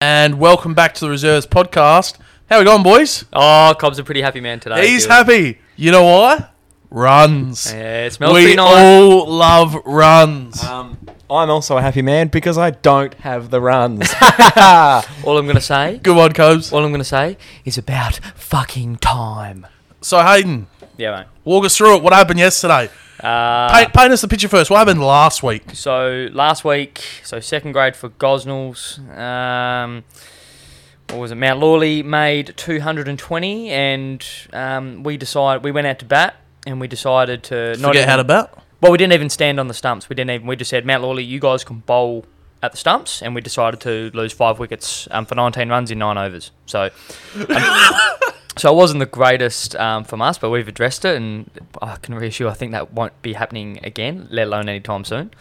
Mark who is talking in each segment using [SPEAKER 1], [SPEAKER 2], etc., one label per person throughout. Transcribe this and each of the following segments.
[SPEAKER 1] and welcome back to the Reserves podcast. How we going, boys?
[SPEAKER 2] Oh, Cobb's a pretty happy man today.
[SPEAKER 1] He's
[SPEAKER 2] dude.
[SPEAKER 1] happy. You know why? Runs.
[SPEAKER 2] Yeah, it smells
[SPEAKER 1] we
[SPEAKER 2] pretty nice.
[SPEAKER 1] all love runs.
[SPEAKER 3] Um, I'm also a happy man because I don't have the runs.
[SPEAKER 2] all I'm gonna say,
[SPEAKER 1] Good one, Cobes.
[SPEAKER 2] all I'm gonna say is about fucking time.
[SPEAKER 1] So Hayden,
[SPEAKER 2] Yeah,
[SPEAKER 1] walk us through it. What happened yesterday?
[SPEAKER 2] mate. Uh,
[SPEAKER 1] Paint, paint us the picture first. What happened last week?
[SPEAKER 2] So last week, so second grade for Gosnells. Um, what was it? Mount Lawley made 220, and um, we decided we went out to bat, and we decided to not
[SPEAKER 1] Forget
[SPEAKER 2] even,
[SPEAKER 1] how to bat.
[SPEAKER 2] Well, we didn't even stand on the stumps. We didn't even. We just said Mount Lawley, you guys can bowl at the stumps, and we decided to lose five wickets um, for 19 runs in nine overs. So. um, So it wasn't the greatest um, from us, but we've addressed it, and I can reassure I think that won't be happening again, let alone anytime soon.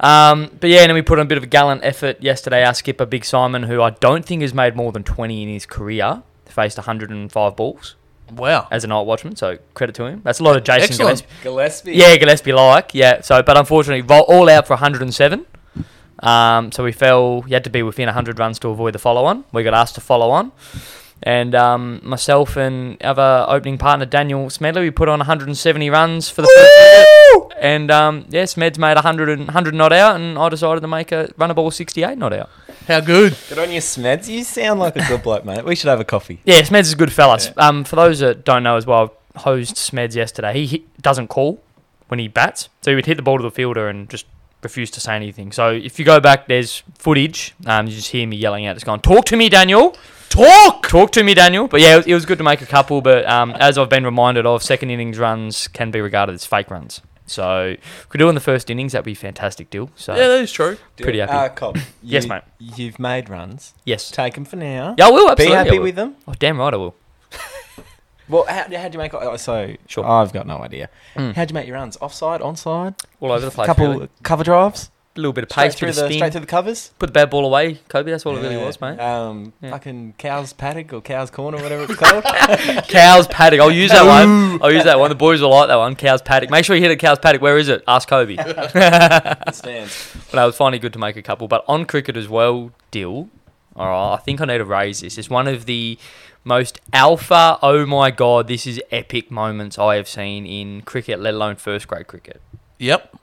[SPEAKER 2] Um, but yeah, and then we put in a bit of a gallant effort yesterday. Our skipper, Big Simon, who I don't think has made more than 20 in his career, faced 105 balls
[SPEAKER 1] Wow.
[SPEAKER 2] as a night watchman. So credit to him. That's a lot of Jason
[SPEAKER 1] Excellent.
[SPEAKER 2] Gillespie.
[SPEAKER 3] Gillespie.
[SPEAKER 2] Yeah, Gillespie like. Yeah. So, but unfortunately, vo- all out for 107. Um, so we fell. You had to be within 100 runs to avoid the follow on. We got asked to follow on. And um, myself and other opening partner Daniel Smedley, we put on 170 runs for the first wicket. And um, yeah, Smed's made 100 and 100 not out, and I decided to make a run a ball 68 not out.
[SPEAKER 1] How good?
[SPEAKER 3] Good on you, Smeds. You sound like a good bloke, mate. We should have a coffee.
[SPEAKER 2] Yeah, Smeds is a good fella. Um, for those that don't know as well, I hosed Smeds yesterday. He hit, doesn't call when he bats, so he would hit the ball to the fielder and just refuse to say anything. So if you go back, there's footage. Um, you just hear me yelling out, just going, "Talk to me, Daniel!
[SPEAKER 1] Talk.
[SPEAKER 2] Talk to me, Daniel!" But yeah, it was, it was good to make a couple. But um, as I've been reminded of, second innings runs can be regarded as fake runs. So if we do in the first innings, that'd be a fantastic deal. So
[SPEAKER 1] Yeah, that is true.
[SPEAKER 2] Pretty happy.
[SPEAKER 3] Uh, Cobb,
[SPEAKER 2] Yes,
[SPEAKER 3] you-
[SPEAKER 2] mate.
[SPEAKER 3] You've made runs.
[SPEAKER 2] yes,
[SPEAKER 3] Take them for now.
[SPEAKER 2] yeah, I will absolutely.
[SPEAKER 3] Be
[SPEAKER 2] I
[SPEAKER 3] happy
[SPEAKER 2] will.
[SPEAKER 3] with them.
[SPEAKER 2] Oh, damn right, I will.
[SPEAKER 3] Well, how, how do you make? oh, So
[SPEAKER 2] Sure.
[SPEAKER 3] I've got no idea.
[SPEAKER 2] Mm.
[SPEAKER 3] How'd you make your runs? Offside, onside,
[SPEAKER 2] All over the place.
[SPEAKER 3] Hmm. couple
[SPEAKER 2] really.
[SPEAKER 3] cover drives,
[SPEAKER 2] little bit of
[SPEAKER 3] straight
[SPEAKER 2] pace, bit
[SPEAKER 3] through
[SPEAKER 2] of
[SPEAKER 3] the
[SPEAKER 2] spin.
[SPEAKER 3] straight through the covers.
[SPEAKER 2] Put the bad ball away, Kobe. That's all it really
[SPEAKER 3] Yeah.
[SPEAKER 2] was, mate.
[SPEAKER 3] Um,
[SPEAKER 2] Yeah.
[SPEAKER 3] fucking cow's paddock or cow's corner, whatever it's called.
[SPEAKER 2] Cow's paddock. I'll use that one. I'll use that one. The boys will like that one. Cow's paddock. Make sure you hit a cow's paddock. Where is it? Ask Kobe. but
[SPEAKER 3] It stands.
[SPEAKER 2] no, it was finally good to make a couple. But on cricket as well, Dill. All right, I think I need to raise this. It's one of the most alpha. Oh my god, this is epic moments I have seen in cricket, let alone first grade cricket.
[SPEAKER 1] Yep.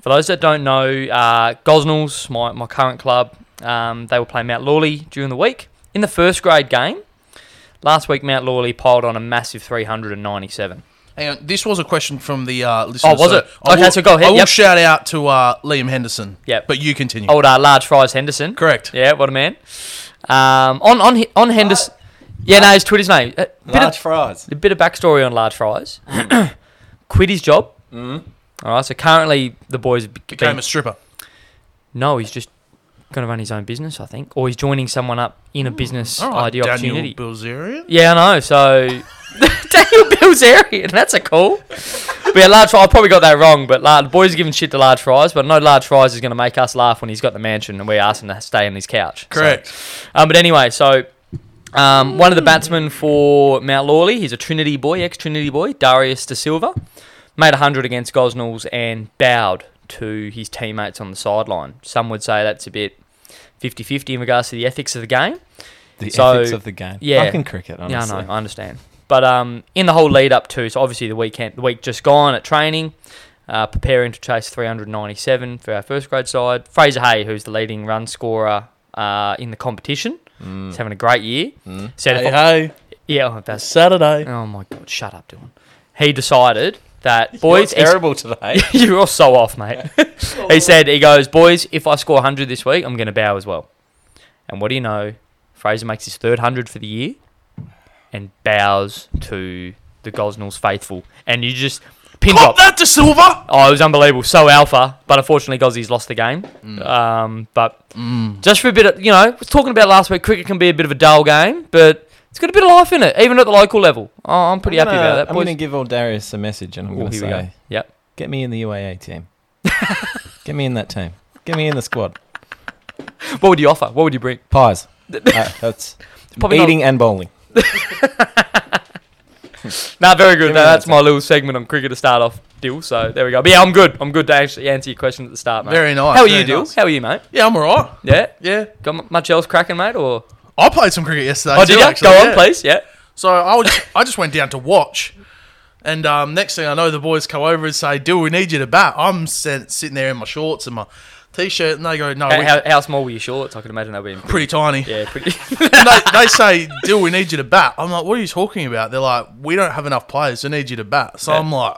[SPEAKER 2] For those that don't know, uh, Gosnells, my, my current club, um, they were playing Mount Lawley during the week. In the first grade game, last week Mount Lawley piled on a massive 397.
[SPEAKER 1] Hang on. This was a question from the uh, listeners.
[SPEAKER 2] Oh, was it?
[SPEAKER 1] I
[SPEAKER 2] Okay,
[SPEAKER 1] will-
[SPEAKER 2] so go ahead,
[SPEAKER 1] I will
[SPEAKER 2] yep.
[SPEAKER 1] shout out to uh, Liam Henderson.
[SPEAKER 2] Yep.
[SPEAKER 1] But you continue.
[SPEAKER 2] Old uh, Large Fries Henderson.
[SPEAKER 1] Correct.
[SPEAKER 2] Yeah, what a man. Um, on on He- on Henderson. Yeah, no, his Twitter's name. A bit,
[SPEAKER 3] Large
[SPEAKER 2] of,
[SPEAKER 3] fries.
[SPEAKER 2] a bit of backstory on Large Fries. Quit his job.
[SPEAKER 3] Mm.
[SPEAKER 2] All right, so currently the boys have be-
[SPEAKER 1] Mm-hmm. Became
[SPEAKER 2] been-
[SPEAKER 1] a stripper.
[SPEAKER 2] No, he's just going to run his own business, I think, or he's joining someone up in a business
[SPEAKER 1] Mm, All right,
[SPEAKER 2] idea
[SPEAKER 1] Daniel
[SPEAKER 2] opportunity.
[SPEAKER 1] Bilzerian.
[SPEAKER 2] Yeah, I know. So Daniel Bilzerian, that's a call. But yeah, large. Fry- I probably got that wrong, but large, boys are giving shit to large fries, but no large fries is going to make us laugh when he's got the mansion and we ask him to stay on his couch. So-
[SPEAKER 1] Correct.
[SPEAKER 2] um, but anyway, so um, one of the batsmen for Mount Lawley, he's a Trinity boy, ex Trinity boy, Darius De Silva, made 100 against Gosnells and bowed to his teammates on the sideline. Some would say that's a bit 50 50 in regards to the ethics of the game.
[SPEAKER 3] The
[SPEAKER 2] So,
[SPEAKER 3] ethics of the game.
[SPEAKER 2] yeah.
[SPEAKER 3] Fucking cricket, honestly.
[SPEAKER 2] Yeah, I know, I understand. But um, in the whole lead up to, so obviously the weekend, the week just gone at training, uh, preparing to chase 397 for our first grade side. Fraser Hay, who's the leading run scorer uh, in the competition,
[SPEAKER 3] Mm,
[SPEAKER 2] is having a great year. Said,
[SPEAKER 1] Mm.
[SPEAKER 2] if I-
[SPEAKER 1] hey,
[SPEAKER 2] yeah, oh, that's
[SPEAKER 1] Saturday.
[SPEAKER 2] Oh my god, shut up, Dylan. He decided that boys,
[SPEAKER 3] You're terrible today.
[SPEAKER 2] you're all so off, mate. he said, he goes, boys, if I score 100 this week, I'm going to bow as well. And what do you know? Fraser makes his third 100 for the year and bows to the Gosnells faithful. And you just pin
[SPEAKER 1] Pop
[SPEAKER 2] drop.
[SPEAKER 1] that to silver.
[SPEAKER 2] Oh, it was unbelievable. So alpha, but unfortunately, Gozzi's lost the game.
[SPEAKER 3] Mm.
[SPEAKER 2] Um, but just for a bit of, you know, was talking about last week, cricket can be a bit of a dull game, but it's got a bit of life in it, even at the local level. Oh, I'm pretty
[SPEAKER 3] I'm
[SPEAKER 2] happy
[SPEAKER 3] gonna-
[SPEAKER 2] about that,
[SPEAKER 3] I'm
[SPEAKER 2] boys.
[SPEAKER 3] going to give old Darius a message and I'm
[SPEAKER 2] Oh,
[SPEAKER 3] going to
[SPEAKER 2] here
[SPEAKER 3] say,
[SPEAKER 2] we go. Yep.
[SPEAKER 3] get me in the UAA team. get me in that team. Get me in the squad.
[SPEAKER 2] What would you offer? What would you bring?
[SPEAKER 3] Pies. Uh, that's
[SPEAKER 2] Probably not-
[SPEAKER 3] eating and bowling.
[SPEAKER 2] nah, very good.
[SPEAKER 3] Give me
[SPEAKER 2] No,
[SPEAKER 3] that
[SPEAKER 2] that's my little segment on cricket to start off, Dill. So there we go. But yeah, I'm good. I'm good to actually answer your question at the start, mate.
[SPEAKER 1] Very nice.
[SPEAKER 2] How are
[SPEAKER 1] very
[SPEAKER 2] you, Dill?
[SPEAKER 1] nice.
[SPEAKER 2] How are you, mate?
[SPEAKER 1] Yeah, I'm alright.
[SPEAKER 2] Yeah.
[SPEAKER 1] Yeah.
[SPEAKER 2] Got m- much else cracking, mate? Or
[SPEAKER 1] I played some cricket yesterday.
[SPEAKER 2] oh,
[SPEAKER 1] too,
[SPEAKER 2] did you?
[SPEAKER 1] actually,
[SPEAKER 2] Go on,
[SPEAKER 1] yeah.
[SPEAKER 2] please. Yeah.
[SPEAKER 1] So I, was, I just went down to watch, and um, next thing I know, the boys come over and say, "Dill, we need you to bat." I'm sent, sitting there in my shorts and my t-shirt, and they go, "No,
[SPEAKER 2] How,
[SPEAKER 1] we,
[SPEAKER 2] how, how small were your shorts? I can imagine they were. in-
[SPEAKER 1] pretty tiny."
[SPEAKER 2] Yeah, pretty.
[SPEAKER 1] and they, they say, "Dill, we need you to bat." I'm like, "What are you talking about?" They're like, "We don't have enough players. We need you to bat." So
[SPEAKER 2] Yeah.
[SPEAKER 1] I'm like,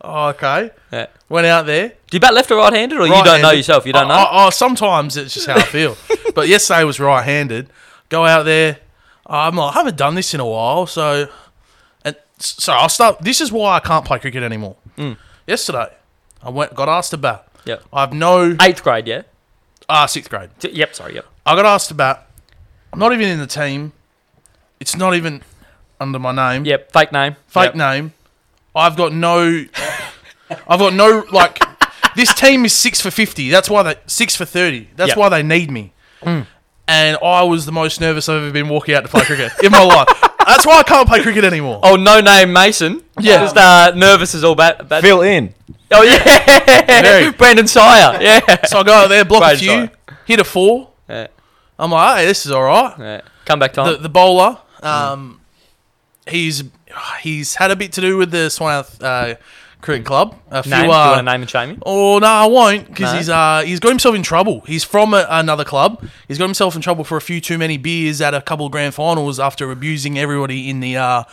[SPEAKER 1] "Oh, okay."
[SPEAKER 2] yeah.
[SPEAKER 1] Went out there.
[SPEAKER 2] Do you bat left or right-handed, or you don't know
[SPEAKER 1] right-handed.
[SPEAKER 2] yourself? You don't know.
[SPEAKER 1] I- I- I- sometimes it's just how I feel. but yesterday was right-handed. Go out there. Uh, I'm like, I haven't done this in a while, so and s- so I'll start. This is why I can't play cricket anymore.
[SPEAKER 2] Mm.
[SPEAKER 1] Yesterday, I went got asked to bat.
[SPEAKER 2] Yep.
[SPEAKER 1] I have no
[SPEAKER 2] Eighth grade, yeah.
[SPEAKER 1] uh, sixth grade.
[SPEAKER 2] T- Yep. Sorry. Yep.
[SPEAKER 1] I got asked to bat. I'm not even in the team. It's not even under my name.
[SPEAKER 2] Yep. Fake name.
[SPEAKER 1] Fake
[SPEAKER 2] Yep.
[SPEAKER 1] name. I've got no. I've got no like. this team is six for fifty. That's why they six for thirty. That's
[SPEAKER 2] Yep. Mm.
[SPEAKER 1] why they need me. And I was the most nervous I've ever been walking out to play cricket in my life. That's why I can't play cricket anymore.
[SPEAKER 2] Oh, no name Mason.
[SPEAKER 1] Yeah.
[SPEAKER 2] Just uh, nervous as all bat. bat-
[SPEAKER 3] Fill in.
[SPEAKER 2] Oh yeah.
[SPEAKER 1] Very.
[SPEAKER 2] Brandon Sire. Yeah.
[SPEAKER 1] So I go out there, block a
[SPEAKER 2] Brain's
[SPEAKER 1] few,
[SPEAKER 2] right.
[SPEAKER 1] hit a four.
[SPEAKER 2] yeah.
[SPEAKER 1] I'm like, hey, this is all right.
[SPEAKER 2] yeah. Mm. Come back time.
[SPEAKER 1] The, the bowler, um, he's he's had a bit to do with the Swanouth uh, Cricket Club. A few,
[SPEAKER 2] Mm. name. Do you
[SPEAKER 1] uh,
[SPEAKER 2] want to name and shame him?
[SPEAKER 1] Oh no, I won't because
[SPEAKER 2] No?
[SPEAKER 1] he's uh he's got himself in trouble. He's from a, another club. He's got himself in trouble for a few too many beers at a couple of grand finals after abusing everybody in the uh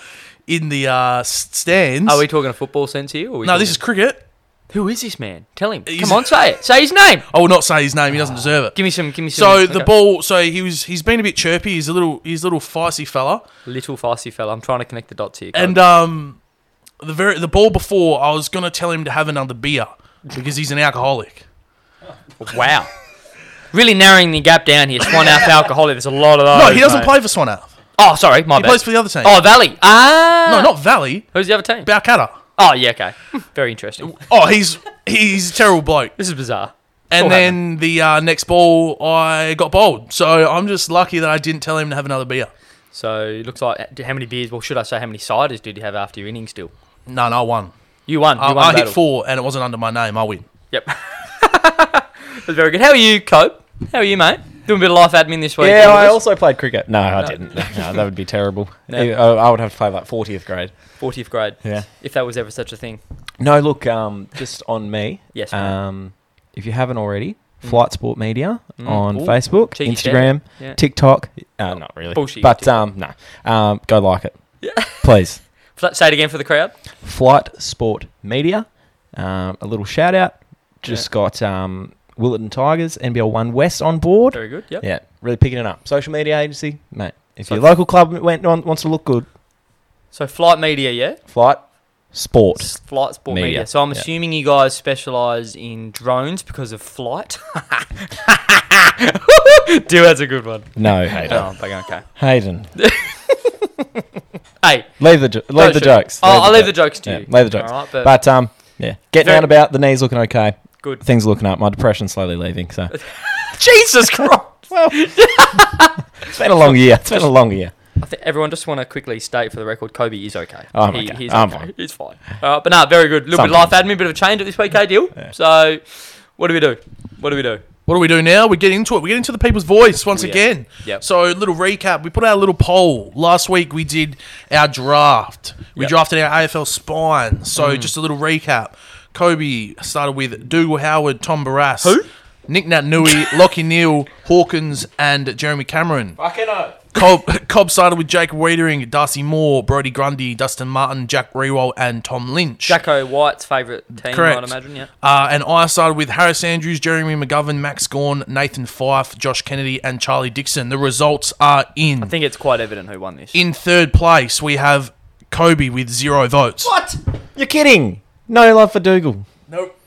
[SPEAKER 1] in the uh s- stands.
[SPEAKER 2] Are we talking a football sense here? Or are we
[SPEAKER 1] no,
[SPEAKER 2] talking-
[SPEAKER 1] this is cricket.
[SPEAKER 2] who is this man? Tell him.
[SPEAKER 1] He's-
[SPEAKER 2] Come on, say it. Say his name.
[SPEAKER 1] I will not say his name. He doesn't deserve it.
[SPEAKER 2] Give me some. Give me some.
[SPEAKER 1] So the
[SPEAKER 2] okay.
[SPEAKER 1] ball. So he was. He's been a bit chirpy. He's a little. He's a little feisty fella.
[SPEAKER 2] Little feisty fella. I'm trying to connect the dots here.
[SPEAKER 1] And um, the very the ball before, I was gonna tell him to have another beer because he's an alcoholic.
[SPEAKER 2] guys. wow. Really narrowing the gap down here. Swan out alcoholic. There's a lot of those.
[SPEAKER 1] No, he doesn't
[SPEAKER 2] mate.
[SPEAKER 1] play for Swanouth.
[SPEAKER 2] Oh, sorry, my
[SPEAKER 1] He
[SPEAKER 2] bad.
[SPEAKER 1] plays for the other team.
[SPEAKER 2] oh, Valley. Ah.
[SPEAKER 1] no, not Valley.
[SPEAKER 2] Who's the other team?
[SPEAKER 1] Balcatta.
[SPEAKER 2] oh, yeah. Okay. Very interesting.
[SPEAKER 1] Oh, he's he's a terrible bloke.
[SPEAKER 2] This is bizarre.
[SPEAKER 1] And
[SPEAKER 2] All
[SPEAKER 1] then the uh, next ball, I got bowled. So I'm just lucky that I didn't tell him to have another beer.
[SPEAKER 2] So it looks like uh, how many beers? Well, should I say how many ciders did you have after your innings? Still,
[SPEAKER 1] No, no, I won.
[SPEAKER 2] you won. You
[SPEAKER 1] I,
[SPEAKER 2] won
[SPEAKER 1] Uh, I
[SPEAKER 2] the
[SPEAKER 1] hit
[SPEAKER 2] battle.
[SPEAKER 1] four, and it wasn't under my name. I win.
[SPEAKER 2] Yep. That's very good. How are you, Cope? How are you, mate? Doing a bit of life admin this week.
[SPEAKER 3] Yeah,
[SPEAKER 2] all
[SPEAKER 3] I
[SPEAKER 2] this?
[SPEAKER 3] also played cricket. No, I didn't. No, that would be terrible.
[SPEAKER 2] No.
[SPEAKER 3] I, I would have to play like 40th grade.
[SPEAKER 2] 40th grade.
[SPEAKER 3] Yeah.
[SPEAKER 2] If that was ever such a thing.
[SPEAKER 3] No, look, um, just on me.
[SPEAKER 2] Yes, mate.
[SPEAKER 3] Um, if you haven't already, Flight Sport Media
[SPEAKER 2] Mm.
[SPEAKER 3] on
[SPEAKER 2] Ooh,
[SPEAKER 3] Facebook,
[SPEAKER 2] cheeky shout.
[SPEAKER 3] Instagram,
[SPEAKER 2] Yeah.
[SPEAKER 3] TikTok. Uh, not really.
[SPEAKER 2] Bullshit,
[SPEAKER 3] But
[SPEAKER 2] TikTok.
[SPEAKER 3] um, no. Um, go like it. Please.
[SPEAKER 2] Fla- Say it again for the crowd.
[SPEAKER 3] Flight Sport Media. Um, a little shout out. Just got um, Willerton Tigers, NBL One West on board.
[SPEAKER 2] Very good. Yep.
[SPEAKER 3] Yeah, really picking it up. Social media agency, mate. If
[SPEAKER 2] So-
[SPEAKER 3] your local club went on, wants to look good,
[SPEAKER 2] So flight media, yeah.
[SPEAKER 3] Flight Sport.
[SPEAKER 2] S- Flight sport media.
[SPEAKER 3] Media,
[SPEAKER 2] So I'm
[SPEAKER 3] yeah.
[SPEAKER 2] assuming you guys specialise in drones because of flight. Dude, that's a good one.
[SPEAKER 3] No, Hayden.
[SPEAKER 2] Oh, okay, okay.
[SPEAKER 3] Hayden,
[SPEAKER 2] Hey,
[SPEAKER 3] leave the jo-
[SPEAKER 2] Don't
[SPEAKER 3] leave the
[SPEAKER 2] shoot.
[SPEAKER 3] jokes.
[SPEAKER 2] I'll, I'll leave the jokes to
[SPEAKER 3] Yeah,
[SPEAKER 2] you.
[SPEAKER 3] leave the jokes.
[SPEAKER 2] All right, but,
[SPEAKER 3] But um, yeah, getting
[SPEAKER 2] Very-
[SPEAKER 3] out about the knees looking okay.
[SPEAKER 2] good.
[SPEAKER 3] Things looking up. My depression's slowly leaving. So
[SPEAKER 2] Jesus Christ!
[SPEAKER 3] well, it's been a long year. It's been a long year.
[SPEAKER 2] I think everyone just want to quickly state for the record, Kobe is okay.
[SPEAKER 3] Oh, I'm okay.
[SPEAKER 2] He's
[SPEAKER 3] I'm
[SPEAKER 2] okay.
[SPEAKER 3] fine.
[SPEAKER 2] He's fine. All right, but no, very good. A little bit of life admin, bit of a change at this week, eh, deal.
[SPEAKER 3] Yeah.
[SPEAKER 2] So, what do we do? What do we do?
[SPEAKER 1] What do we do now? We get into it. We get into the people's voice once
[SPEAKER 2] Oh, Yeah.
[SPEAKER 1] again.
[SPEAKER 2] Yep.
[SPEAKER 1] So, little recap. We put out a little poll last week. We did our draft. We
[SPEAKER 2] Yep. Mm.
[SPEAKER 1] drafted our AFL spine. So, just a little recap. Kobe started with Dougal Howard, Tom Barras,
[SPEAKER 2] Who?
[SPEAKER 1] Nick Natnui, Lockie Neal, Hawkins, and Jeremy Cameron.
[SPEAKER 3] Fucking
[SPEAKER 1] Cobb, Cobb sided with Jake Wiedering, Darcy Moore, Brody Grundy, Dustin Martin, Jack Rewell, and Tom Lynch.
[SPEAKER 2] Jacko White's favourite team,
[SPEAKER 1] Correct.
[SPEAKER 2] I'd imagine, yeah.
[SPEAKER 1] Uh, and I sided with Harris Andrews, Jeremy McGovern, Max Gorn, Nathan Fife, Josh Kennedy, and Charlie Dixon. The results are in.
[SPEAKER 2] I think it's quite evident who won this.
[SPEAKER 1] in third place, we have Kobe with zero votes.
[SPEAKER 3] What? You're kidding? No love for Dougal.
[SPEAKER 1] Nope.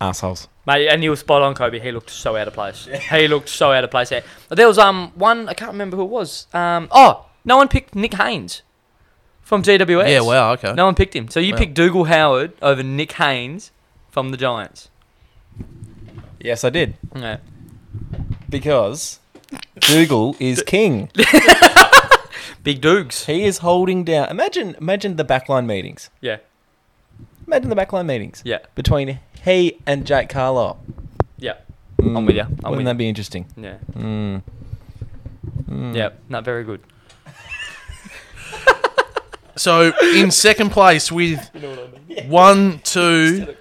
[SPEAKER 3] Assholes.
[SPEAKER 2] Mate, and you were spot on, Kobe. He looked so out of place. He looked so out of place. there. There was um one, I can't remember who it was. Um, oh, no one picked Nick Haynes from GWS.
[SPEAKER 1] Yeah, wow, okay.
[SPEAKER 2] No one picked him. So you
[SPEAKER 1] Wow.
[SPEAKER 2] picked Dougal Howard over Nick Haynes from the Giants.
[SPEAKER 3] Yes, I did
[SPEAKER 2] Yeah.
[SPEAKER 3] because Dougal is king.
[SPEAKER 2] Big Dukes.
[SPEAKER 3] He is holding down. Imagine, imagine the backline meetings.
[SPEAKER 2] Yeah,
[SPEAKER 3] Imagine the backline meetings
[SPEAKER 2] yeah,
[SPEAKER 3] between he and Jack Carlisle.
[SPEAKER 2] yeah.
[SPEAKER 3] Mm.
[SPEAKER 2] I'm with ya. I'm
[SPEAKER 3] Wouldn't
[SPEAKER 2] with
[SPEAKER 3] that
[SPEAKER 2] ya.
[SPEAKER 3] be interesting?
[SPEAKER 2] Yeah,
[SPEAKER 3] Mm. Mm.
[SPEAKER 2] yeah. Not very good.
[SPEAKER 1] So in second place with one, two,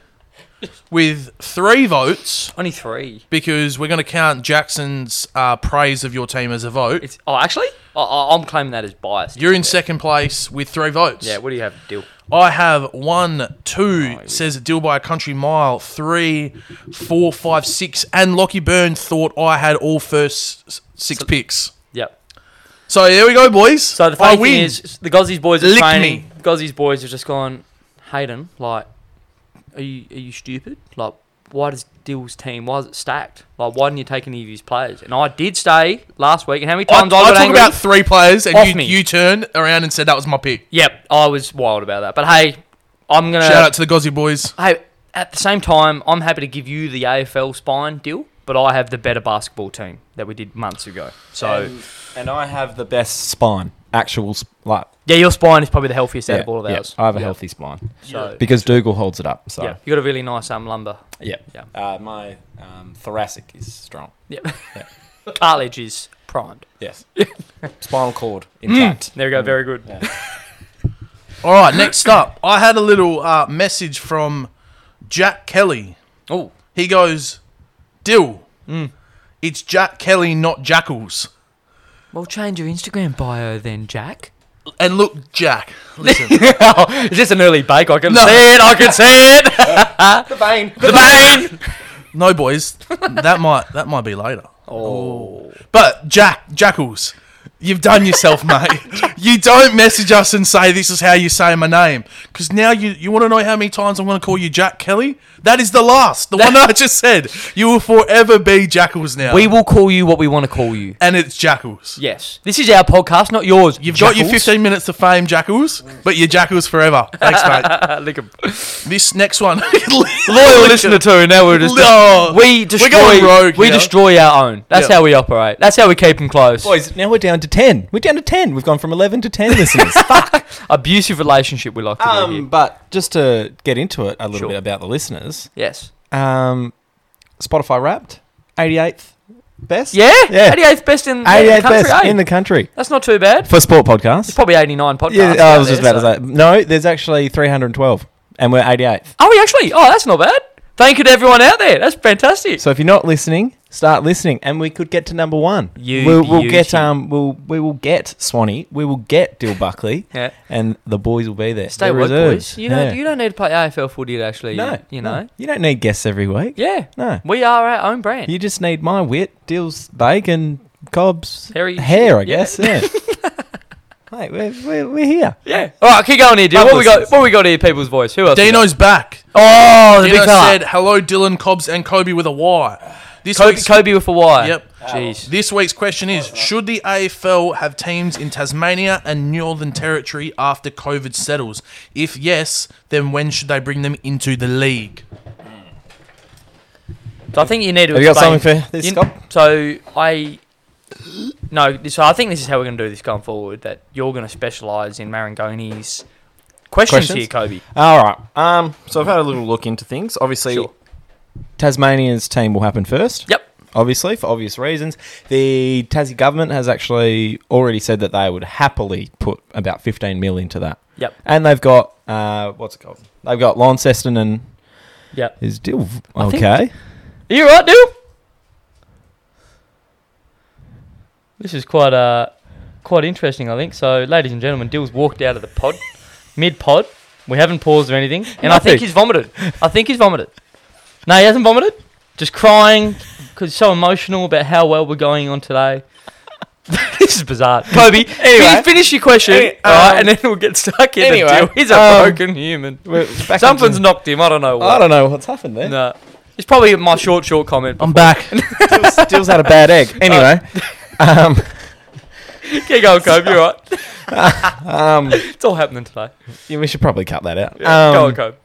[SPEAKER 1] with three votes
[SPEAKER 2] Only three.
[SPEAKER 1] because we're going to count Jackson's uh, praise of your team as a vote.
[SPEAKER 2] It's oh, actually, I, I, I'm claiming that as biased.
[SPEAKER 1] You're in second place with three votes.
[SPEAKER 2] yeah. What do you have, Dill?
[SPEAKER 1] I have one, two,
[SPEAKER 2] we-
[SPEAKER 1] says deal by a country mile, three, four, five, six, and Lockie Byrne thought I had all first s- six picks.
[SPEAKER 2] Yep.
[SPEAKER 1] So there we go, boys.
[SPEAKER 2] So the
[SPEAKER 1] I
[SPEAKER 2] funny thing
[SPEAKER 1] win.
[SPEAKER 2] is, the Gozzi's boys are
[SPEAKER 1] Lick
[SPEAKER 2] training.
[SPEAKER 1] me.
[SPEAKER 2] Gozzi's boys have just gone, Hayden, like, are you are you stupid? Like, why does Dill's team? Why is it stacked? Like, why didn't you take any of his players? And I did stay last week. And how many
[SPEAKER 1] I, I
[SPEAKER 2] times I, got
[SPEAKER 1] talk
[SPEAKER 2] angry?
[SPEAKER 1] about three players, and
[SPEAKER 2] Off
[SPEAKER 1] you,
[SPEAKER 2] me.
[SPEAKER 1] you turned around and said that was my pick.
[SPEAKER 2] Yep, I was wild about that. But hey, I'm gonna.
[SPEAKER 1] Shout out to the Gozzy boys.
[SPEAKER 2] Hey, at the same time, I'm happy to give you the AFL spine, Dill. But I have the better basketball team that we did months ago. So
[SPEAKER 3] and, and I have the best spine, actual sp- like.
[SPEAKER 2] yeah, your spine is probably the healthiest out
[SPEAKER 3] Yeah,
[SPEAKER 2] of all of
[SPEAKER 3] yeah,
[SPEAKER 2] ours.
[SPEAKER 3] I have a
[SPEAKER 2] Yeah.
[SPEAKER 3] healthy spine
[SPEAKER 2] So
[SPEAKER 3] because Dougal holds it up. So
[SPEAKER 2] yeah, you got a really nice um lumber.
[SPEAKER 3] yeah,
[SPEAKER 2] Yeah.
[SPEAKER 3] Uh, my um, thoracic is strong.
[SPEAKER 2] Yep. Cartilage is primed.
[SPEAKER 3] Yes, spinal cord
[SPEAKER 2] Mm.
[SPEAKER 3] intact.
[SPEAKER 2] There we go. Very good.
[SPEAKER 1] All right, next up, I had a little uh, message from Jack Kelly.
[SPEAKER 2] Oh, Mm.
[SPEAKER 1] He goes, Dill, it's Jack Kelly, not Jackals.
[SPEAKER 2] well, change your Instagram bio then, Jack.
[SPEAKER 1] And look, Jack, listen.
[SPEAKER 2] is this an early bake? I can
[SPEAKER 1] No.
[SPEAKER 2] see it. I can see it.
[SPEAKER 3] The vein.
[SPEAKER 2] the bane.
[SPEAKER 1] No, boys, that might that might be later.
[SPEAKER 2] Oh,
[SPEAKER 1] But Jack Jackals, you've done yourself, mate. You don't message us and say this is how you say my name, because now you you want to know how many times I'm going to call you Jack Kelly. That is the last, the one I just said. You will forever be Jackals now,
[SPEAKER 2] we will call you what we want to call you.
[SPEAKER 1] and it's Jackals.
[SPEAKER 2] Yes, this is our podcast, not yours.
[SPEAKER 1] You've got your 15 minutes to fame, Jackals, but you're Jackals forever. Thanks, mate. This next one,
[SPEAKER 2] Loyal listener too. Now we're just
[SPEAKER 1] No.
[SPEAKER 2] we
[SPEAKER 1] We're
[SPEAKER 2] destroy
[SPEAKER 1] going rogue
[SPEAKER 2] we
[SPEAKER 1] here.
[SPEAKER 2] destroy our own. That's
[SPEAKER 1] Yeah.
[SPEAKER 2] how we operate. That's how we keep them close.
[SPEAKER 3] Boys, now we're down to ten. We're down to ten. We've gone from eleven to ten listeners.
[SPEAKER 2] Abusive relationship we like to do
[SPEAKER 3] um,
[SPEAKER 2] here.
[SPEAKER 3] but just to get into it a little
[SPEAKER 2] Sure.
[SPEAKER 3] bit about the listeners,
[SPEAKER 2] Yes.
[SPEAKER 3] um, Spotify Wrapped, eighty eighth best.
[SPEAKER 2] Yeah.
[SPEAKER 3] Yeah.
[SPEAKER 2] Eighty eighth best in
[SPEAKER 3] eighty eighth
[SPEAKER 2] the country.
[SPEAKER 3] best
[SPEAKER 2] eh?
[SPEAKER 3] in the country
[SPEAKER 2] That's not too bad.
[SPEAKER 3] for sport podcast.
[SPEAKER 2] It's probably 89 podcasts.
[SPEAKER 3] Yeah, I was
[SPEAKER 2] out
[SPEAKER 3] just
[SPEAKER 2] there,
[SPEAKER 3] about
[SPEAKER 2] so-
[SPEAKER 3] to say. No, there's actually 312, and we're 88th.
[SPEAKER 2] Are we actually? Oh, that's not bad. Thank you to everyone out there. That's fantastic.
[SPEAKER 3] So if you're not listening, start listening, and we could get to number one.
[SPEAKER 2] You
[SPEAKER 3] we'll, we'll get
[SPEAKER 2] beauty.
[SPEAKER 3] um, we'll we will get Swanee, we will get Dill Buckley,
[SPEAKER 2] Yeah.
[SPEAKER 3] and the boys will be there.
[SPEAKER 2] Stay
[SPEAKER 3] They're
[SPEAKER 2] woke,
[SPEAKER 3] reserves.
[SPEAKER 2] boys. You don't,
[SPEAKER 3] Yeah.
[SPEAKER 2] you don't need to play AFL footy to actually,
[SPEAKER 3] no,
[SPEAKER 2] you
[SPEAKER 3] no.
[SPEAKER 2] know.
[SPEAKER 3] you don't need guests every week.
[SPEAKER 2] Yeah.
[SPEAKER 3] No,
[SPEAKER 2] We are our own brand.
[SPEAKER 3] you just need my wit, Dill's bacon, Cobb's
[SPEAKER 2] Hairy
[SPEAKER 3] hair, I
[SPEAKER 2] shit, yeah.
[SPEAKER 3] guess. Yeah. Mate, we're, we're, we're here.
[SPEAKER 2] yeah. All right, keep going here, dude. What we got? What we got here? People's voice. Who else? we got?
[SPEAKER 1] Dino's back.
[SPEAKER 2] Oh, the
[SPEAKER 1] Dino
[SPEAKER 2] big fella.
[SPEAKER 1] said, "Hello, Dylan, Cobbs, and Kobe with a Y." This
[SPEAKER 2] Kobe,
[SPEAKER 1] week's-
[SPEAKER 2] Kobe with a Y.
[SPEAKER 1] Yep.
[SPEAKER 2] Jeez.
[SPEAKER 1] This week's question is Should the AFL have teams in Tasmania and Northern Territory after COVID settles? If yes, then when should they bring them into the league?
[SPEAKER 2] So I think you need to.
[SPEAKER 3] Have you got
[SPEAKER 2] explain-
[SPEAKER 3] something for this,
[SPEAKER 2] you-
[SPEAKER 3] Scott?
[SPEAKER 2] So I. No, this- so I think this is how we're going to do this going forward. That you're going to specialise in Marangoni's questions,
[SPEAKER 3] Questions?
[SPEAKER 2] here, Kobe.
[SPEAKER 3] All right. Um. So I've had a little look into things. Obviously,
[SPEAKER 2] Sure.
[SPEAKER 3] Tasmania's team will happen first.
[SPEAKER 2] Yep.
[SPEAKER 3] obviously for obvious reasons. The Tassie government has actually already said that they would happily put about 15 mil into that,
[SPEAKER 2] Yep.
[SPEAKER 3] and they've got uh, what's it called? They've got Launceston and
[SPEAKER 2] Yep.
[SPEAKER 3] is Dill v-
[SPEAKER 2] I think-
[SPEAKER 3] okay?
[SPEAKER 2] Are you right, dude? This is quite uh quite interesting, I think. So, ladies and gentlemen, Dill's walked out of the pod, mid pod. We haven't paused or anything, and I think
[SPEAKER 3] No.
[SPEAKER 2] he's vomited. I think he's vomited. No, he hasn't vomited. Just crying because so emotional about how well we're going on today. this is bizarre, Kobe.
[SPEAKER 3] Anyway.
[SPEAKER 2] finish, finish your question,
[SPEAKER 3] Any-
[SPEAKER 2] all right,
[SPEAKER 3] um,
[SPEAKER 2] and then we'll get stuck in.
[SPEAKER 3] anyway,
[SPEAKER 2] Anyway, he's a
[SPEAKER 3] um,
[SPEAKER 2] broken human.
[SPEAKER 3] We're back
[SPEAKER 2] Something's
[SPEAKER 3] into-
[SPEAKER 2] knocked him. I don't know. What.
[SPEAKER 3] I don't know what's happened there.
[SPEAKER 2] No, it's probably my short, short comment.
[SPEAKER 1] I'm back.
[SPEAKER 3] Dill's, Dill's had a bad egg. Anyway,
[SPEAKER 2] Oh.
[SPEAKER 3] um,
[SPEAKER 2] Keep going, Kobe. You're right.
[SPEAKER 3] um,
[SPEAKER 2] It's all happening today.
[SPEAKER 3] yeah, we should probably cut that out.
[SPEAKER 2] Yeah,
[SPEAKER 3] Um,
[SPEAKER 2] go on, Kobe.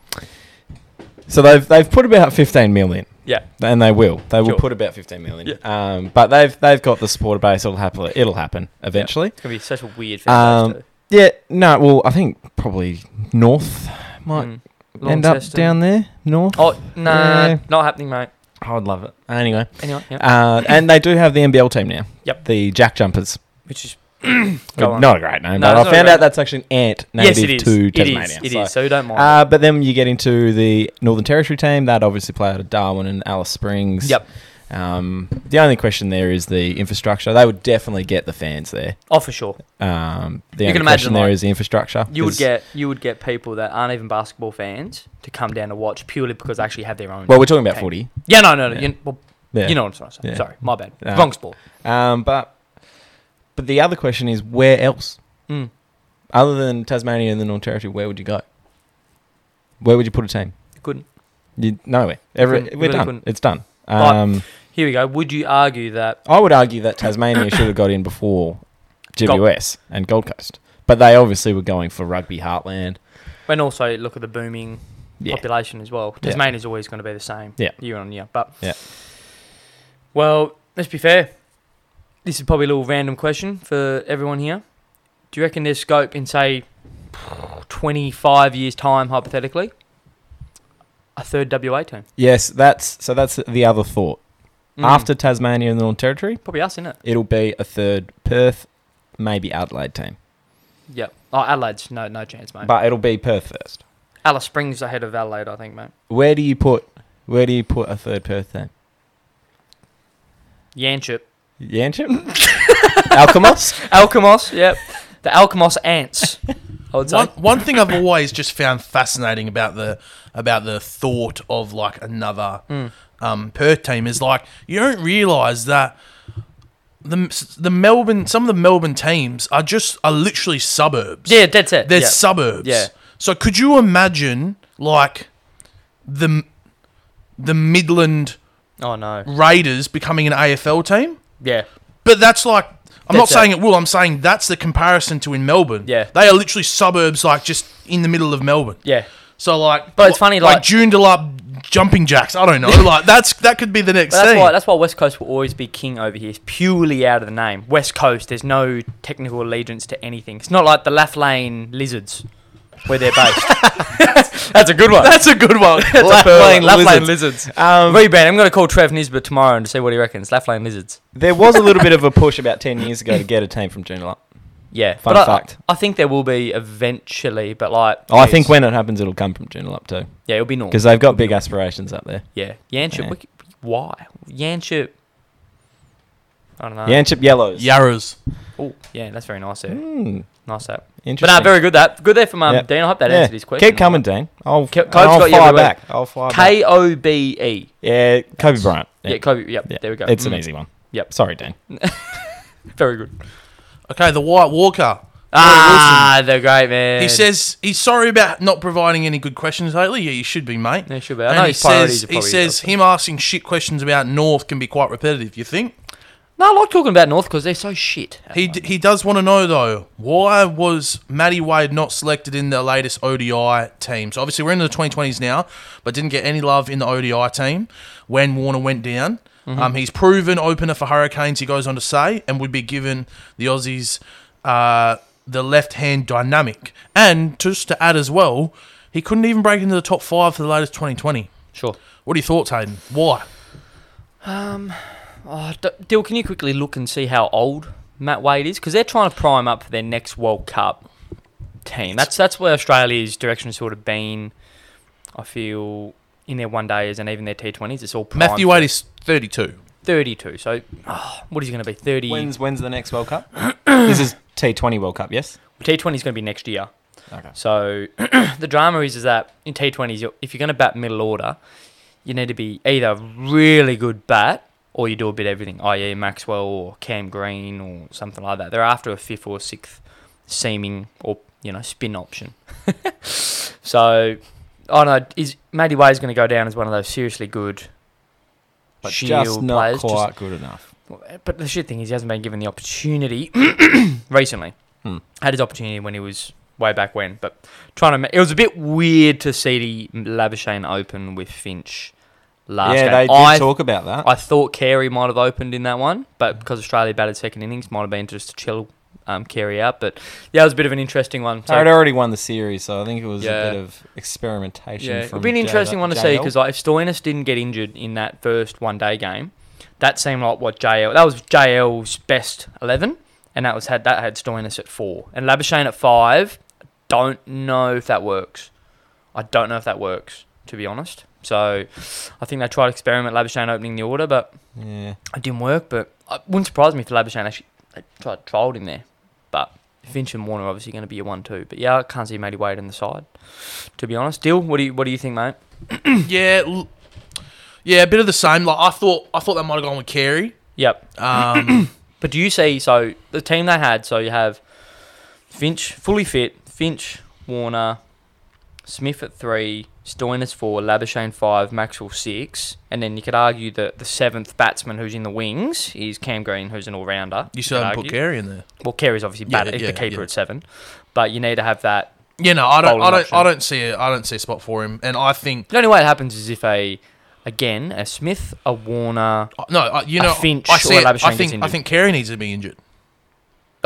[SPEAKER 3] So they've they've put about 15 mil in.
[SPEAKER 2] Yeah.
[SPEAKER 3] and they will. They will
[SPEAKER 2] Sure.
[SPEAKER 3] put about fifteen million. Um, but they've they've got the supporter base. It'll happen. It'll happen eventually.
[SPEAKER 2] It's gonna be such a weird thing.
[SPEAKER 3] Um, yeah. No. Well, I think probably North might end up down there. North.
[SPEAKER 2] Mm. Oh nah,
[SPEAKER 3] Yeah.
[SPEAKER 2] not happening, mate.
[SPEAKER 3] I would love it. Anyway.
[SPEAKER 2] Anyway, yeah.
[SPEAKER 3] Uh, and they do have the NBL team now.
[SPEAKER 2] Yep.
[SPEAKER 3] The Jack Jumpers.
[SPEAKER 2] which is Go on.
[SPEAKER 3] Not a great name,
[SPEAKER 2] No,
[SPEAKER 3] but
[SPEAKER 2] it's not
[SPEAKER 3] I
[SPEAKER 2] a
[SPEAKER 3] found
[SPEAKER 2] great
[SPEAKER 3] out
[SPEAKER 2] name.
[SPEAKER 3] that's actually an ant
[SPEAKER 2] yes,
[SPEAKER 3] native
[SPEAKER 2] it is.
[SPEAKER 3] to
[SPEAKER 2] it
[SPEAKER 3] Tasmania.
[SPEAKER 2] is. It is.
[SPEAKER 3] so-
[SPEAKER 2] So, don't mind.
[SPEAKER 3] Uh, but then you get into the Northern Territory team. That obviously play out of Darwin and Alice Springs.
[SPEAKER 2] yep.
[SPEAKER 3] Um, the only question there is the infrastructure. They would definitely get the fans there.
[SPEAKER 2] Oh, for sure.
[SPEAKER 3] Um, the
[SPEAKER 2] You
[SPEAKER 3] only
[SPEAKER 2] can
[SPEAKER 3] question
[SPEAKER 2] imagine,
[SPEAKER 3] there is
[SPEAKER 2] like,
[SPEAKER 3] the infrastructure.
[SPEAKER 2] You would
[SPEAKER 3] 'Cause-
[SPEAKER 2] get you would get people that aren't even basketball fans to come down to watch purely because they actually have their own.
[SPEAKER 3] Well, we're talking about
[SPEAKER 2] Okay.
[SPEAKER 3] footy.
[SPEAKER 2] yeah, no, no, no.
[SPEAKER 3] Yeah.
[SPEAKER 2] You, well,
[SPEAKER 3] Yeah.
[SPEAKER 2] you know what I'm saying.
[SPEAKER 3] Yeah.
[SPEAKER 2] Sorry, my bad.
[SPEAKER 3] Uh,
[SPEAKER 2] Wrong sport.
[SPEAKER 3] Um, but but the other question is where else,
[SPEAKER 2] Mm.
[SPEAKER 3] other than Tasmania and the Northern Territory, where would you go? Where would you put a team?
[SPEAKER 2] You couldn't.
[SPEAKER 3] You, nowhere. Every,
[SPEAKER 2] couldn't- you
[SPEAKER 3] we're
[SPEAKER 2] really
[SPEAKER 3] done.
[SPEAKER 2] couldn't.
[SPEAKER 3] It's done.
[SPEAKER 2] Right.
[SPEAKER 3] Um,
[SPEAKER 2] Here we go. Would you argue that?
[SPEAKER 3] I would argue that Tasmania should have got in before GWS and Gold Coast, but they obviously were going for rugby heartland.
[SPEAKER 2] And also look at the booming
[SPEAKER 3] Yeah,
[SPEAKER 2] population as well.
[SPEAKER 3] Yeah.
[SPEAKER 2] Tasmania's always going to be the same
[SPEAKER 3] Yeah.
[SPEAKER 2] year on year. But
[SPEAKER 3] Yeah.
[SPEAKER 2] Well, let's be fair. This is probably a little random question for everyone here. Do you reckon there's scope in say 25 years time hypothetically a third WA team?
[SPEAKER 3] yes, that's so. That's the other thought.
[SPEAKER 2] Mm,
[SPEAKER 3] After Tasmania and the Northern Territory,
[SPEAKER 2] probably us, isn't it?
[SPEAKER 3] it'll be a third Perth, maybe Adelaide team,
[SPEAKER 2] Yeah. Oh, Adelaide's no no chance, mate.
[SPEAKER 3] but it'll be Perth first.
[SPEAKER 2] Alice Springs ahead of Adelaide, I think, mate.
[SPEAKER 3] Where do you put? Where do you put a third Perth team?
[SPEAKER 2] Yanchep.
[SPEAKER 3] Yanchep, Alchemos.
[SPEAKER 2] Alchemos, yep. The Alchemos Ants. I would say.
[SPEAKER 1] One, one thing I've always just found fascinating about the about the thought of like another
[SPEAKER 2] Hmm.
[SPEAKER 1] um, Perth team is like you don't realise that the the Melbourne some of the Melbourne teams are just are literally suburbs.
[SPEAKER 2] Yeah, dead set.
[SPEAKER 1] they're
[SPEAKER 2] yeah.
[SPEAKER 1] suburbs.
[SPEAKER 2] Yeah.
[SPEAKER 1] So could you imagine like the the Midland
[SPEAKER 2] oh no.
[SPEAKER 1] Raiders becoming an AFL team?
[SPEAKER 2] Yeah.
[SPEAKER 1] But that's like I'm
[SPEAKER 2] That's
[SPEAKER 1] not saying it. will. I'm saying that's the comparison to in Melbourne.
[SPEAKER 2] Yeah.
[SPEAKER 1] they are literally suburbs, like just in the middle of Melbourne.
[SPEAKER 2] Yeah.
[SPEAKER 1] So like,
[SPEAKER 2] But it's funny, like-
[SPEAKER 1] Joondalup jumping jacks. I don't know. like that's that could be the next
[SPEAKER 2] But that's
[SPEAKER 1] thing.
[SPEAKER 2] why that's why West Coast will always be king over here. It's purely out of the name. West Coast, there's no technical allegiance to anything. It's not like the Laflane Lizards where they're based. that's a good one.
[SPEAKER 1] that's a good one.
[SPEAKER 3] Laugh
[SPEAKER 2] Laflane,
[SPEAKER 3] Lane
[SPEAKER 2] Laflane Lizards.
[SPEAKER 3] Lizards. Um,
[SPEAKER 2] Rebrand. I'm going to call Trev Nisbet tomorrow and see what he reckons. Laflane Lizards.
[SPEAKER 3] there was a little bit of a push about ten years ago to get a team from Joondalup.
[SPEAKER 2] Yeah.
[SPEAKER 3] Fun
[SPEAKER 2] but I-
[SPEAKER 3] fact.
[SPEAKER 2] I, think there will be eventually, but like.
[SPEAKER 3] Oh, I think
[SPEAKER 2] geez.
[SPEAKER 3] when it happens, it'll come from Joondalup too,
[SPEAKER 2] Yeah, it'll be normal.
[SPEAKER 3] because they've got big aspirations up there.
[SPEAKER 2] Yeah. Yanchep.
[SPEAKER 3] Yeah.
[SPEAKER 2] we c- Why? Yanchep. I don't know.
[SPEAKER 3] Yanchep Yellows.
[SPEAKER 1] Yarras.
[SPEAKER 2] Ooh, yeah, that's very nice there.
[SPEAKER 3] Hmm,
[SPEAKER 2] Nice that. But
[SPEAKER 3] interesting.
[SPEAKER 2] no, very good that. Good there from um,
[SPEAKER 3] Yep.
[SPEAKER 2] Dean. I hope that
[SPEAKER 3] Yeah.
[SPEAKER 2] answered his question.
[SPEAKER 3] Keep coming, Dean. I'll,
[SPEAKER 2] Co-
[SPEAKER 3] and
[SPEAKER 2] Cope's
[SPEAKER 3] I'll
[SPEAKER 2] got you
[SPEAKER 3] fly
[SPEAKER 2] every
[SPEAKER 3] back. I'll fly back.
[SPEAKER 2] K O B E.
[SPEAKER 3] Yeah, Kobe Bryant.
[SPEAKER 2] Yeah, Kobe. Yep,
[SPEAKER 3] Yeah.
[SPEAKER 2] there we go.
[SPEAKER 3] It's an
[SPEAKER 2] Mm,
[SPEAKER 3] easy one.
[SPEAKER 2] Yep.
[SPEAKER 3] Sorry, Dean.
[SPEAKER 2] Very good.
[SPEAKER 1] Okay, the White Walker.
[SPEAKER 2] Ah, they're great, man.
[SPEAKER 1] He says he's sorry about not providing any good questions lately. Yeah, you should be, mate.
[SPEAKER 2] Yeah, should be. I
[SPEAKER 1] And
[SPEAKER 2] know
[SPEAKER 1] he
[SPEAKER 2] his priorities
[SPEAKER 1] says
[SPEAKER 2] are
[SPEAKER 1] he
[SPEAKER 2] probably
[SPEAKER 1] says
[SPEAKER 2] elsewhere.
[SPEAKER 1] him asking shit questions about North can be quite repetitive. You think?
[SPEAKER 2] No, I like talking about North because they're so shit.
[SPEAKER 1] He, d- he does want to know though why was Matty Wade not selected in the latest ODI team? So obviously we're in the 2020s now, but didn't get any love in the ODI team when Warner went down. Um, he's proven opener for Hurricanes. He goes on to say, and would be given the Aussies uh, the left hand dynamic. And just to add as well, he couldn't even break into the top five for the latest 2020.
[SPEAKER 2] Sure.
[SPEAKER 1] What are your thoughts, Hayden? Why?
[SPEAKER 2] Oh, D- Dill, can you quickly look and see how old Matt Wade is? Because they're trying to prime up for their next World Cup team. That's that's where Australia's direction has sort of been. I feel in their one days and even their T20s, it's all primed
[SPEAKER 1] Matthew
[SPEAKER 2] for
[SPEAKER 1] Wade is 32.
[SPEAKER 2] 32. So, oh, what is he going to be? 30.
[SPEAKER 3] When's when's the next World Cup? this is T20 World Cup, yes.
[SPEAKER 2] T20 is going to be next year.
[SPEAKER 3] Okay.
[SPEAKER 2] So the drama is is that in T20s, you're- if you're going to bat middle order, you need to be either a really good bat or you do a bit of everything, i.e. Maxwell or Cam Green or something like that. They're after a fifth or sixth seaming or you know spin option. so I don't know. Is Matty Wade's going to go down as one of those seriously good?
[SPEAKER 3] But
[SPEAKER 2] shield
[SPEAKER 3] just not
[SPEAKER 2] players, just-
[SPEAKER 3] quite good enough.
[SPEAKER 2] eh, But the shit thing is, he hasn't been given the opportunity recently.
[SPEAKER 3] Hmm.
[SPEAKER 2] Had his opportunity when he was way back when, but trying to. ma- It was a bit weird to see the Labuschagne open with Finch last
[SPEAKER 4] yeah,
[SPEAKER 2] game.
[SPEAKER 4] they did
[SPEAKER 2] Ah, I,
[SPEAKER 4] talk about that.
[SPEAKER 2] I thought Carey might have opened in that one, but because Australia batted second innings, might have been just to chill um, Carey out. But yeah, it was a bit of an interesting one. So,
[SPEAKER 4] They'd already won the series, so I think it was
[SPEAKER 2] Yeah.
[SPEAKER 4] a bit of experimentation.
[SPEAKER 2] yeah,
[SPEAKER 4] from
[SPEAKER 2] it'd be an
[SPEAKER 4] J-
[SPEAKER 2] interesting one to see
[SPEAKER 4] JL.
[SPEAKER 2] because like, if Stoinis didn't get injured in that first one day game, that seemed like what JL that was JL's best eleven, and that was had that had Stoinis at four and Labuschagne at five. Don't know if that works. I don't know if that works to be honest. So I think they tried to experiment Labuschagne opening the order, but
[SPEAKER 4] yeah,
[SPEAKER 2] it didn't work, but it wouldn't surprise me if Labuschagne actually they tried trialled him there. But Finch and Warner are obviously going to be a one-two. But yeah, I can't see Matty Wade in the side. To be honest, Dill, what do you what do you think, mate?
[SPEAKER 1] Yeah, l- yeah, a bit of the same. Like I thought, I thought they might have gone with Carey.
[SPEAKER 2] Yep.
[SPEAKER 1] Um,
[SPEAKER 2] But do you see? So the team they had. So you have Finch fully fit, Finch, Warner, Smith at three, Stoinis four, Labuschagne five, Maxwell six, and then you could argue that the seventh batsman who's in the wings is Cam Green, who's an all-rounder.
[SPEAKER 1] you still
[SPEAKER 2] could
[SPEAKER 1] haven't
[SPEAKER 2] argue.
[SPEAKER 1] put Carey in there.
[SPEAKER 2] Well, Carey's obviously
[SPEAKER 1] Yeah,
[SPEAKER 2] bad
[SPEAKER 1] yeah,
[SPEAKER 2] the keeper
[SPEAKER 1] yeah.
[SPEAKER 2] at seven, but you need to have that.
[SPEAKER 1] Yeah, no, I don't,
[SPEAKER 2] Bowling
[SPEAKER 1] I don't,
[SPEAKER 2] option.
[SPEAKER 1] I don't see a, I don't see a spot for him. And I think
[SPEAKER 2] The only way it happens is if a, again, a Smith, a Warner.
[SPEAKER 1] no, I, you
[SPEAKER 2] A
[SPEAKER 1] know,
[SPEAKER 2] Finch
[SPEAKER 1] I see
[SPEAKER 2] or
[SPEAKER 1] it.
[SPEAKER 2] Labuschagne
[SPEAKER 1] I
[SPEAKER 2] gets
[SPEAKER 1] think I
[SPEAKER 2] injured.
[SPEAKER 1] think Carey needs to be injured.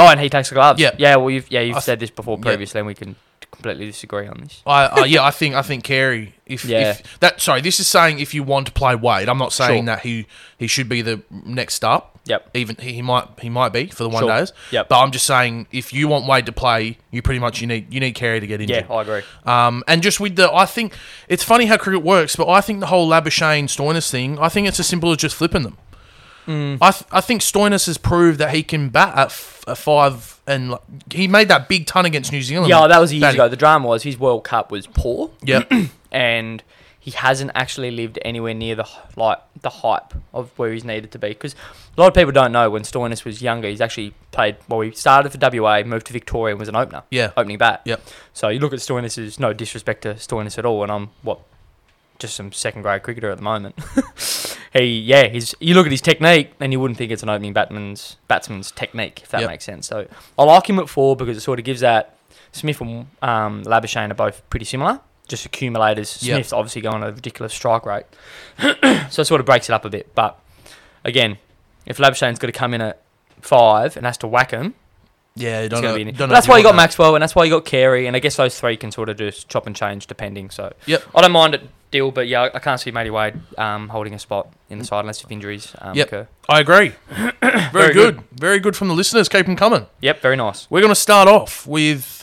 [SPEAKER 2] Oh, and he takes the gloves.
[SPEAKER 1] Yeah.
[SPEAKER 2] yeah. Well, you've yeah you've
[SPEAKER 1] I th-
[SPEAKER 2] said this before
[SPEAKER 1] yeah.
[SPEAKER 2] previously, and we can completely disagree on this.
[SPEAKER 1] I uh, yeah, I think I think Carey. If,
[SPEAKER 2] Yeah.
[SPEAKER 1] if that sorry, this is saying if you want to play Wade, I'm not saying
[SPEAKER 2] Sure.
[SPEAKER 1] that he he should be the next up.
[SPEAKER 2] Yep.
[SPEAKER 1] Even he, he might he might be for the one
[SPEAKER 2] Sure.
[SPEAKER 1] days.
[SPEAKER 2] Yep.
[SPEAKER 1] But I'm just saying if you want Wade to play, you pretty much you need you need Carey to get injured.
[SPEAKER 2] Yeah, I agree.
[SPEAKER 1] Um, and just with the, I think it's funny how cricket works, but I think the whole Labuschagne Stoinis thing, I think it's as simple as just flipping them.
[SPEAKER 2] Mm.
[SPEAKER 1] I, th- I think Stoinis has proved that he can bat at, f- at five, and like, he made that big ton against New Zealand.
[SPEAKER 2] Yeah, that was years
[SPEAKER 1] Batting.
[SPEAKER 2] ago. The drama was his World Cup was poor,
[SPEAKER 1] Yeah,
[SPEAKER 2] and he hasn't actually lived anywhere near the h- like the hype of where he's needed to be. Because a lot of people don't know when Stoinis was younger, he's actually played. Well, he started for WA, moved to Victoria, and was an opener.
[SPEAKER 1] yeah,
[SPEAKER 2] opening bat.
[SPEAKER 1] Yep.
[SPEAKER 2] So you look at Stoinis as no disrespect to Stoinis at all, and I'm what just some second grade cricketer at the moment. he yeah, he's you look at his technique and you wouldn't think it's an opening batsman's batsman's technique if that
[SPEAKER 1] Yep.
[SPEAKER 2] makes sense. So I like him at four because it sort of gives that Smith and um, Labuschagne are both pretty similar, just accumulators.
[SPEAKER 1] Yep.
[SPEAKER 2] Smith's obviously going at a ridiculous strike rate, so it sort of breaks it up a bit. But again, if Labuschagne's got to come in at five and has to whack him,
[SPEAKER 1] yeah.
[SPEAKER 2] it's
[SPEAKER 1] Don't
[SPEAKER 2] gonna
[SPEAKER 1] know,
[SPEAKER 2] be an-
[SPEAKER 1] don't know
[SPEAKER 2] but
[SPEAKER 1] if
[SPEAKER 2] that's why you got
[SPEAKER 1] want that.
[SPEAKER 2] Maxwell, and that's why you got Carey, and I guess those three can sort of just chop and change depending. So
[SPEAKER 1] Yep.
[SPEAKER 2] I don't mind it deal, but yeah, I- I can't see Matty Wade um, holding a spot in the side unless if injuries um,
[SPEAKER 1] Yep.
[SPEAKER 2] occur.
[SPEAKER 1] I agree. Very,
[SPEAKER 2] Very
[SPEAKER 1] good.
[SPEAKER 2] good.
[SPEAKER 1] Very good from the listeners. Keep them coming.
[SPEAKER 2] Yep, very nice.
[SPEAKER 1] We're going to start off with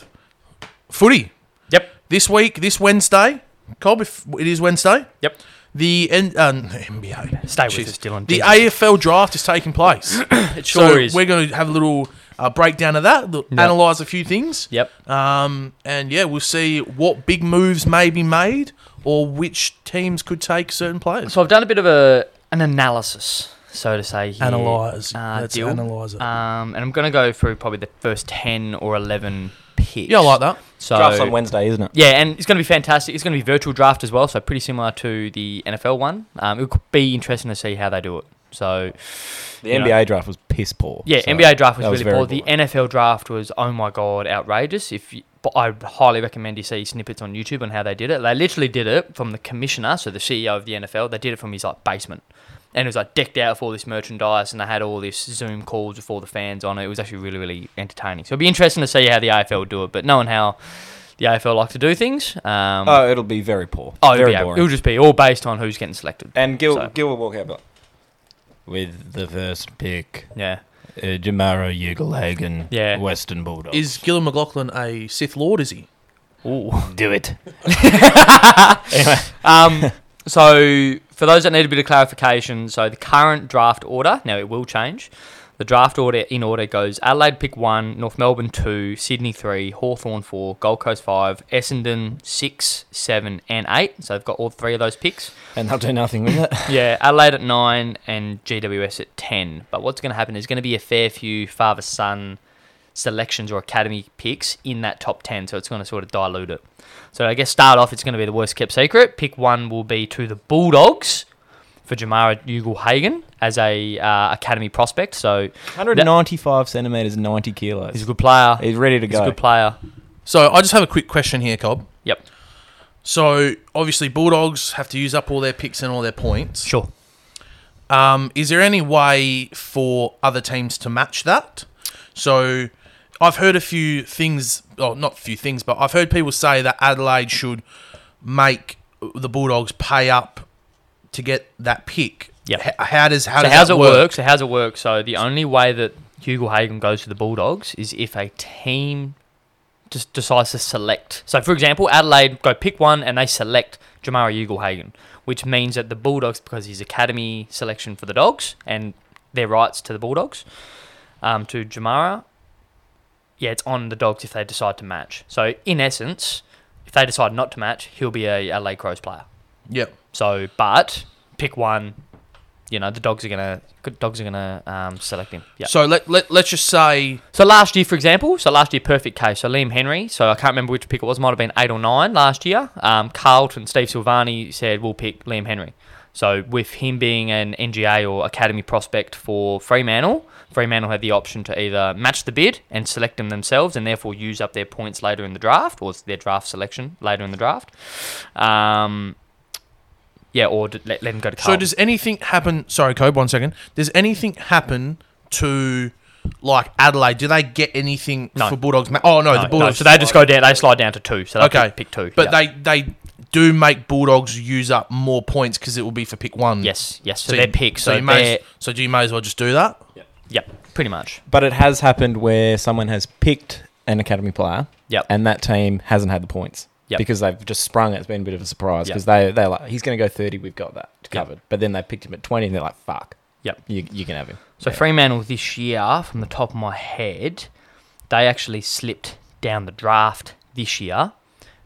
[SPEAKER 1] footy
[SPEAKER 2] Yep,
[SPEAKER 1] this week, this Wednesday. Cobb, if it is Wednesday.
[SPEAKER 2] Yep.
[SPEAKER 1] The N- uh, NBA.
[SPEAKER 2] stay with
[SPEAKER 1] Jeez.
[SPEAKER 2] us, Dylan.
[SPEAKER 1] The
[SPEAKER 2] Jesus.
[SPEAKER 1] AFL draft is taking place.
[SPEAKER 2] it sure
[SPEAKER 1] so
[SPEAKER 2] is.
[SPEAKER 1] we're going to have a little uh, breakdown of that, look,
[SPEAKER 2] Yep.
[SPEAKER 1] analyze a few things.
[SPEAKER 2] Yep,
[SPEAKER 1] Um, and yeah, we'll see what big moves may be made or which teams could take certain players.
[SPEAKER 2] so I've done a bit of a an analysis, so to say. Here.
[SPEAKER 1] Analyze.
[SPEAKER 2] Uh,
[SPEAKER 1] Let's
[SPEAKER 2] deal.
[SPEAKER 1] analyze it.
[SPEAKER 2] Um, and I'm going to go through probably the first ten or eleven picks.
[SPEAKER 1] yeah, I like that.
[SPEAKER 2] So
[SPEAKER 4] drafts on Wednesday, isn't it?
[SPEAKER 2] Yeah, and it's going to be fantastic. It's going to be virtual draft as well, so pretty similar to the NFL one. Um, it could be interesting to see how they do it. So
[SPEAKER 4] The
[SPEAKER 2] You know.
[SPEAKER 4] NBA draft was piss poor.
[SPEAKER 2] yeah,
[SPEAKER 4] so
[SPEAKER 2] NBA draft was
[SPEAKER 4] that
[SPEAKER 2] really
[SPEAKER 4] very
[SPEAKER 2] poor. The
[SPEAKER 4] boring.
[SPEAKER 2] NFL draft was oh my god, outrageous. If you, but I highly recommend you see snippets on YouTube on how they did it. They literally did it from the commissioner, so the CEO of the NFL. They did it from his like basement, and it was like decked out with all this merchandise, and they had all this Zoom calls with all the fans on it. It was actually really really entertaining. So it'd be interesting to see how the AFL do it, but knowing how the AFL like to do things. Um,
[SPEAKER 4] Oh, it'll be very poor.
[SPEAKER 2] Oh, it'll
[SPEAKER 4] very
[SPEAKER 2] be out.
[SPEAKER 4] boring.
[SPEAKER 2] It'll just be all based on who's getting selected.
[SPEAKER 4] And Gil,
[SPEAKER 2] So-
[SPEAKER 4] Gil will walk out. but- With the first pick,
[SPEAKER 2] Yeah.
[SPEAKER 4] uh, Jamaro Ugelhagen,
[SPEAKER 2] Yeah.
[SPEAKER 4] Western Bulldog.
[SPEAKER 1] Is Gillan McLaughlin a Sith Lord? Is he?
[SPEAKER 2] Ooh.
[SPEAKER 4] Do it.
[SPEAKER 2] Um, so for those that need a bit of clarification, so the current draft order now it will change. The draft order in order goes Adelaide pick one, North Melbourne two, Sydney three, Hawthorn four, Gold Coast five, Essendon six, seven, and eight. So they've got all three of those picks.
[SPEAKER 4] And they'll do nothing with it.
[SPEAKER 2] Yeah, Adelaide at nine and GWS at ten. But what's going to happen is going to be a fair few father son selections or academy picks in that top ten, so it's going to sort of dilute it. So I guess start off, it's going to be the worst kept secret. Pick one will be to the Bulldogs for Jamara Ugle Hagen as a uh, academy prospect. So
[SPEAKER 4] 195 centimeters, 90 kilos.
[SPEAKER 2] he's a
[SPEAKER 4] He's,
[SPEAKER 2] good player.
[SPEAKER 4] ready to
[SPEAKER 2] He's a
[SPEAKER 4] go.
[SPEAKER 2] good player.
[SPEAKER 1] So I just have a quick question here, Cobb.
[SPEAKER 2] Yep.
[SPEAKER 1] So obviously, Bulldogs have to use up all their picks and all their points.
[SPEAKER 2] Sure.
[SPEAKER 1] Um, is there any way for other teams to match that? So I've heard a few things, oh, not few things, but I've heard people say that Adelaide should make the Bulldogs pay up to get that pick.
[SPEAKER 2] Yeah.
[SPEAKER 1] H- how does how
[SPEAKER 2] so
[SPEAKER 1] does
[SPEAKER 2] how's
[SPEAKER 1] that
[SPEAKER 2] it work?
[SPEAKER 1] work?
[SPEAKER 2] So how's it work? So the only way that Hugo Hagen goes to the Bulldogs is if a team just decides to select. So for example, Adelaide go pick one and they select Jamara Hugo Hagen, which means that the Bulldogs, because he's academy selection for the Dogs and their rights to the Bulldogs, um, to Jamara, yeah, it's on the Dogs if they decide to match. So in essence, if they decide not to match, he'll be a Adelaide Crows player.
[SPEAKER 1] Yep.
[SPEAKER 2] So, but pick one. You know, the dogs are gonna good dogs are gonna um, select him. Yeah.
[SPEAKER 1] So let let let's just say
[SPEAKER 2] So last year, for example, so last year, perfect case. So Liam Henry. So I can't remember which pick it was. Might have been eight or nine last year. Um, Carlton, Steve Silvani said we'll pick Liam Henry. So with him being an NGA or academy prospect for Fremantle, Fremantle had the option to either match the bid and select him themselves, and therefore use up their points later in the draft, or it's their draft selection later in the draft. Um, yeah, or d- let, let him go to
[SPEAKER 1] So
[SPEAKER 2] Carlton.
[SPEAKER 1] does anything happen? Sorry, Cobe, one second. Does anything happen to like Adelaide? Do they get anything
[SPEAKER 2] No.
[SPEAKER 1] for Bulldogs? Ma- oh no,
[SPEAKER 2] no,
[SPEAKER 1] the
[SPEAKER 2] no,
[SPEAKER 1] Bulldogs.
[SPEAKER 2] so they just go down. They slide down to two. So they
[SPEAKER 1] Okay.
[SPEAKER 2] pick, pick two.
[SPEAKER 1] but
[SPEAKER 2] yeah.
[SPEAKER 1] they they do make Bulldogs use up more points because it will be for pick one.
[SPEAKER 2] Yes, yes. So,
[SPEAKER 1] you-
[SPEAKER 2] their pick. So,
[SPEAKER 1] you may
[SPEAKER 2] they're-
[SPEAKER 1] as, so do you may as well just do that?
[SPEAKER 2] yeah, pretty much.
[SPEAKER 3] But it has happened where someone has picked an academy player,
[SPEAKER 2] Yep.
[SPEAKER 3] and that team hasn't had the points
[SPEAKER 2] Yep.
[SPEAKER 3] because they've just sprung. it. It's been a bit of a surprise
[SPEAKER 2] Yep.
[SPEAKER 3] because they they're like, he's going to go thirty. We've got that covered. But then they picked him at twenty, and they're like, fuck.
[SPEAKER 2] Yep.
[SPEAKER 3] You, you can have him.
[SPEAKER 2] So Fremantle this year, from the top of my head, they actually slipped down the draft this year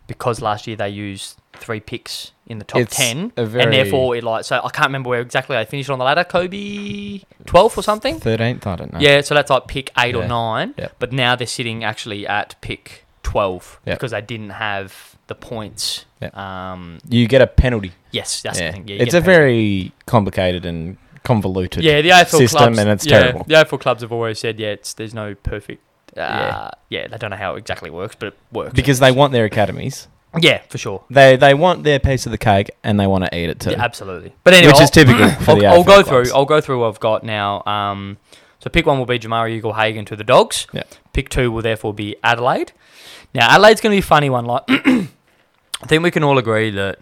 [SPEAKER 2] because last year they used three picks in the top
[SPEAKER 3] It's
[SPEAKER 2] ten,
[SPEAKER 3] a
[SPEAKER 2] and
[SPEAKER 3] very-
[SPEAKER 2] therefore it like so I can't remember where exactly they finished on the ladder. Kobe twelfth or something.
[SPEAKER 3] Thirteenth, I don't know.
[SPEAKER 2] Yeah, so that's like pick eight or
[SPEAKER 3] uh, Yeah.
[SPEAKER 2] nine.
[SPEAKER 3] Yep.
[SPEAKER 2] But now they're sitting actually at pick twelve
[SPEAKER 3] Yep.
[SPEAKER 2] because they didn't have the points.
[SPEAKER 3] Yep.
[SPEAKER 2] Um,
[SPEAKER 3] You get a penalty.
[SPEAKER 2] yes, that's the thing. Yeah, you
[SPEAKER 3] it's
[SPEAKER 2] get
[SPEAKER 3] a
[SPEAKER 2] paid.
[SPEAKER 3] very complicated and convoluted.
[SPEAKER 2] yeah, the AFL
[SPEAKER 3] system,
[SPEAKER 2] clubs,
[SPEAKER 3] and it's
[SPEAKER 2] yeah,
[SPEAKER 3] terrible.
[SPEAKER 2] The AFL clubs have always said, yeah, it's, there's no perfect. Uh, yeah.
[SPEAKER 3] Yeah.
[SPEAKER 2] they don't know how it exactly works, but it works.
[SPEAKER 3] Because they want their academies.
[SPEAKER 2] yeah, for sure,
[SPEAKER 3] They they want their piece of the cake and they want to eat it too.
[SPEAKER 2] yeah, absolutely. But anyway,
[SPEAKER 3] Which is
[SPEAKER 2] I'll-
[SPEAKER 3] typical for
[SPEAKER 2] I'll,
[SPEAKER 3] the
[SPEAKER 2] I'll
[SPEAKER 3] AFL
[SPEAKER 2] go
[SPEAKER 3] clubs.
[SPEAKER 2] through. I'll go through. What I've got now. Um, so pick one will be Jamari Eagle Hagen to the Dogs.
[SPEAKER 3] Yeah.
[SPEAKER 2] Pick two will therefore be Adelaide. Now Adelaide's going to be a funny one. Like, I think we can all agree that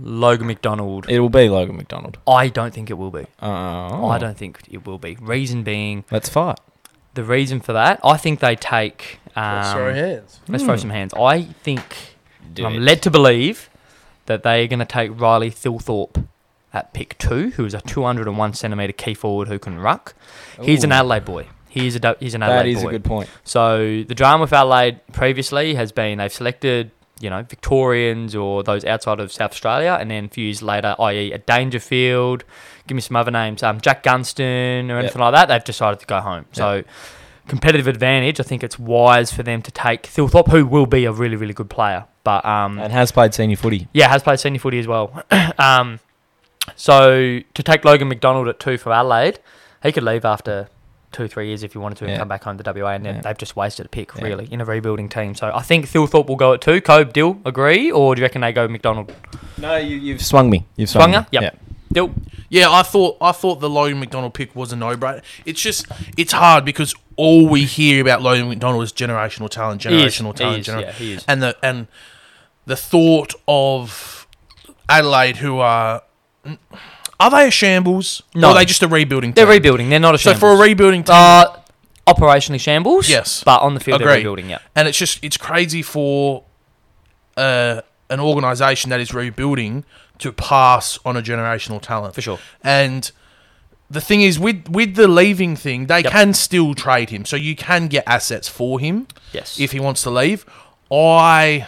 [SPEAKER 2] Logan McDonald.
[SPEAKER 3] It will be Logan McDonald.
[SPEAKER 2] I don't think it will be.
[SPEAKER 3] Oh,
[SPEAKER 2] I don't think it will be. Reason being,
[SPEAKER 3] Let's fight.
[SPEAKER 2] the reason for that, I think they take. Um,
[SPEAKER 1] hands.
[SPEAKER 2] Let's
[SPEAKER 3] Hmm.
[SPEAKER 2] throw some hands. I think
[SPEAKER 4] Do
[SPEAKER 2] I'm
[SPEAKER 4] it.
[SPEAKER 2] led to believe that they are going to take Riley Thilthorpe at pick two, who is a 201 centimeter key forward who can ruck. He's an
[SPEAKER 3] Ooh.
[SPEAKER 2] Adelaide boy. He's a do- he's an Adelaide
[SPEAKER 3] That is
[SPEAKER 2] boy.
[SPEAKER 3] a good point.
[SPEAKER 2] So the drama with Adelaide previously has been they've selected, you know, Victorians or those outside of South Australia, and then a few years later, i.e., a Dangerfield, give me some other names, um, Jack Gunston or anything like that, they've decided to go home. So competitive advantage, I think it's wise for them to take Thilthorpe, who will be a really, really good player, but um,
[SPEAKER 3] And has played senior footy.
[SPEAKER 2] yeah, has played senior footy as well. um, so to take Logan McDonald at two for Adelaide, he could leave after two, three years if he wanted to and
[SPEAKER 3] Yeah.
[SPEAKER 2] come back home to WA, and then
[SPEAKER 3] Yeah.
[SPEAKER 2] they've just wasted a pick
[SPEAKER 3] Yeah.
[SPEAKER 2] really in a rebuilding team. So I think Thilthorpe will go at two. Cobe, Dill, agree, or do you reckon they go McDonald?
[SPEAKER 3] No, you, you've swung me. You've
[SPEAKER 2] Swung
[SPEAKER 3] swung,
[SPEAKER 2] ya?
[SPEAKER 3] me.
[SPEAKER 2] Yep. Dill,
[SPEAKER 1] Yeah, I thought I thought the Logan McDonald pick was a no brainer. It's just it's hard because all we hear about Logan McDonald is generational talent,
[SPEAKER 2] He is,
[SPEAKER 1] generational
[SPEAKER 2] he
[SPEAKER 1] talent,
[SPEAKER 2] is,
[SPEAKER 1] genera-
[SPEAKER 2] yeah, he is.
[SPEAKER 1] and the and the thought of Adelaide who are are they a shambles?
[SPEAKER 2] No.
[SPEAKER 1] or are they just a rebuilding?
[SPEAKER 2] they're
[SPEAKER 1] team?
[SPEAKER 2] rebuilding. They're not a
[SPEAKER 1] so
[SPEAKER 2] shambles.
[SPEAKER 1] for a rebuilding team,
[SPEAKER 2] uh, operationally shambles.
[SPEAKER 1] Yes.
[SPEAKER 2] but on the field they're
[SPEAKER 1] Agree.
[SPEAKER 2] rebuilding. Yeah,
[SPEAKER 1] and it's just it's crazy for uh, an organisation that is rebuilding to pass on a generational talent
[SPEAKER 2] for sure.
[SPEAKER 1] And the thing is, with with the leaving thing, they
[SPEAKER 2] Yep.
[SPEAKER 1] can still trade him, so you can get assets for him
[SPEAKER 2] Yes.
[SPEAKER 1] if he wants to leave. I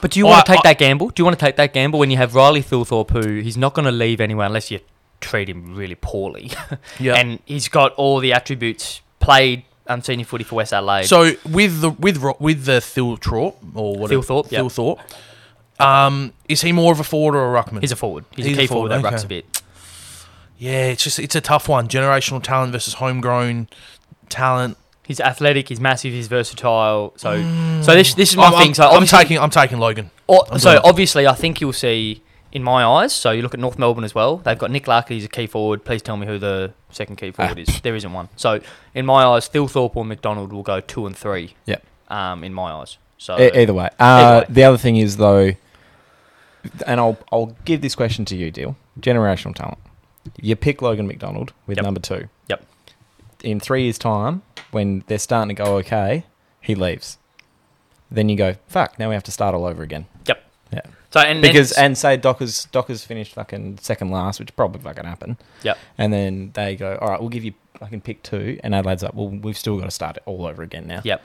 [SPEAKER 2] But do you
[SPEAKER 1] I-
[SPEAKER 2] want to take
[SPEAKER 1] I-
[SPEAKER 2] that gamble? Do you want to take that gamble when you have Riley Thilthorpe, who he's not going to leave anywhere unless you treat him really poorly,
[SPEAKER 1] yeah.
[SPEAKER 2] and he's got all the attributes. Played um, senior footy for West Adelaide.
[SPEAKER 1] so with the with Ro- with the Thilthorpe or whatever
[SPEAKER 2] Thilthorpe, yeah.
[SPEAKER 1] Thilthorpe, um, is he more of a forward or a ruckman?
[SPEAKER 2] he's a forward. He's,
[SPEAKER 1] He's
[SPEAKER 2] a
[SPEAKER 1] a
[SPEAKER 2] key forward,
[SPEAKER 1] forward,
[SPEAKER 2] that
[SPEAKER 1] okay.
[SPEAKER 2] rucks a bit.
[SPEAKER 1] yeah, it's just it's a tough one. Generational talent versus homegrown talent.
[SPEAKER 2] He's athletic. He's massive. He's versatile. So, so this this is my
[SPEAKER 1] I'm,
[SPEAKER 2] thing.
[SPEAKER 1] Mm. Oh, I'm-
[SPEAKER 2] so
[SPEAKER 1] I'm
[SPEAKER 2] obviously-
[SPEAKER 1] taking I'm taking Logan.
[SPEAKER 2] Or,
[SPEAKER 1] I'm
[SPEAKER 2] so
[SPEAKER 1] doing it.
[SPEAKER 2] obviously, I think you'll see in my eyes. So you look at North Melbourne as well. They've got Nick Larky as a key forward. Please tell me who the second key forward is. There isn't one. So in my eyes, Phil Thorpe or McDonald will go two and three.
[SPEAKER 4] Yep.
[SPEAKER 2] Um, in my eyes. So
[SPEAKER 1] Eh,
[SPEAKER 4] E- either way. Uh,
[SPEAKER 2] Either way.
[SPEAKER 4] The other thing is though, and I'll I'll give this question to you, Deal. Generational talent. You pick Logan McDonald with
[SPEAKER 2] Yep.
[SPEAKER 4] number two.
[SPEAKER 2] Yep.
[SPEAKER 4] In three years' time, when they're starting to go okay, he leaves. Then you go fuck. Now we have to start all over again
[SPEAKER 2] so and then
[SPEAKER 4] because
[SPEAKER 2] it's-
[SPEAKER 4] and say Dockers Dockers finished fucking second last, which probably fucking happen.
[SPEAKER 2] Yep.
[SPEAKER 4] And then they go, all right, we'll give you fucking pick two, and Adelaide's like, well, we've still got to start it all over again now.
[SPEAKER 2] yep.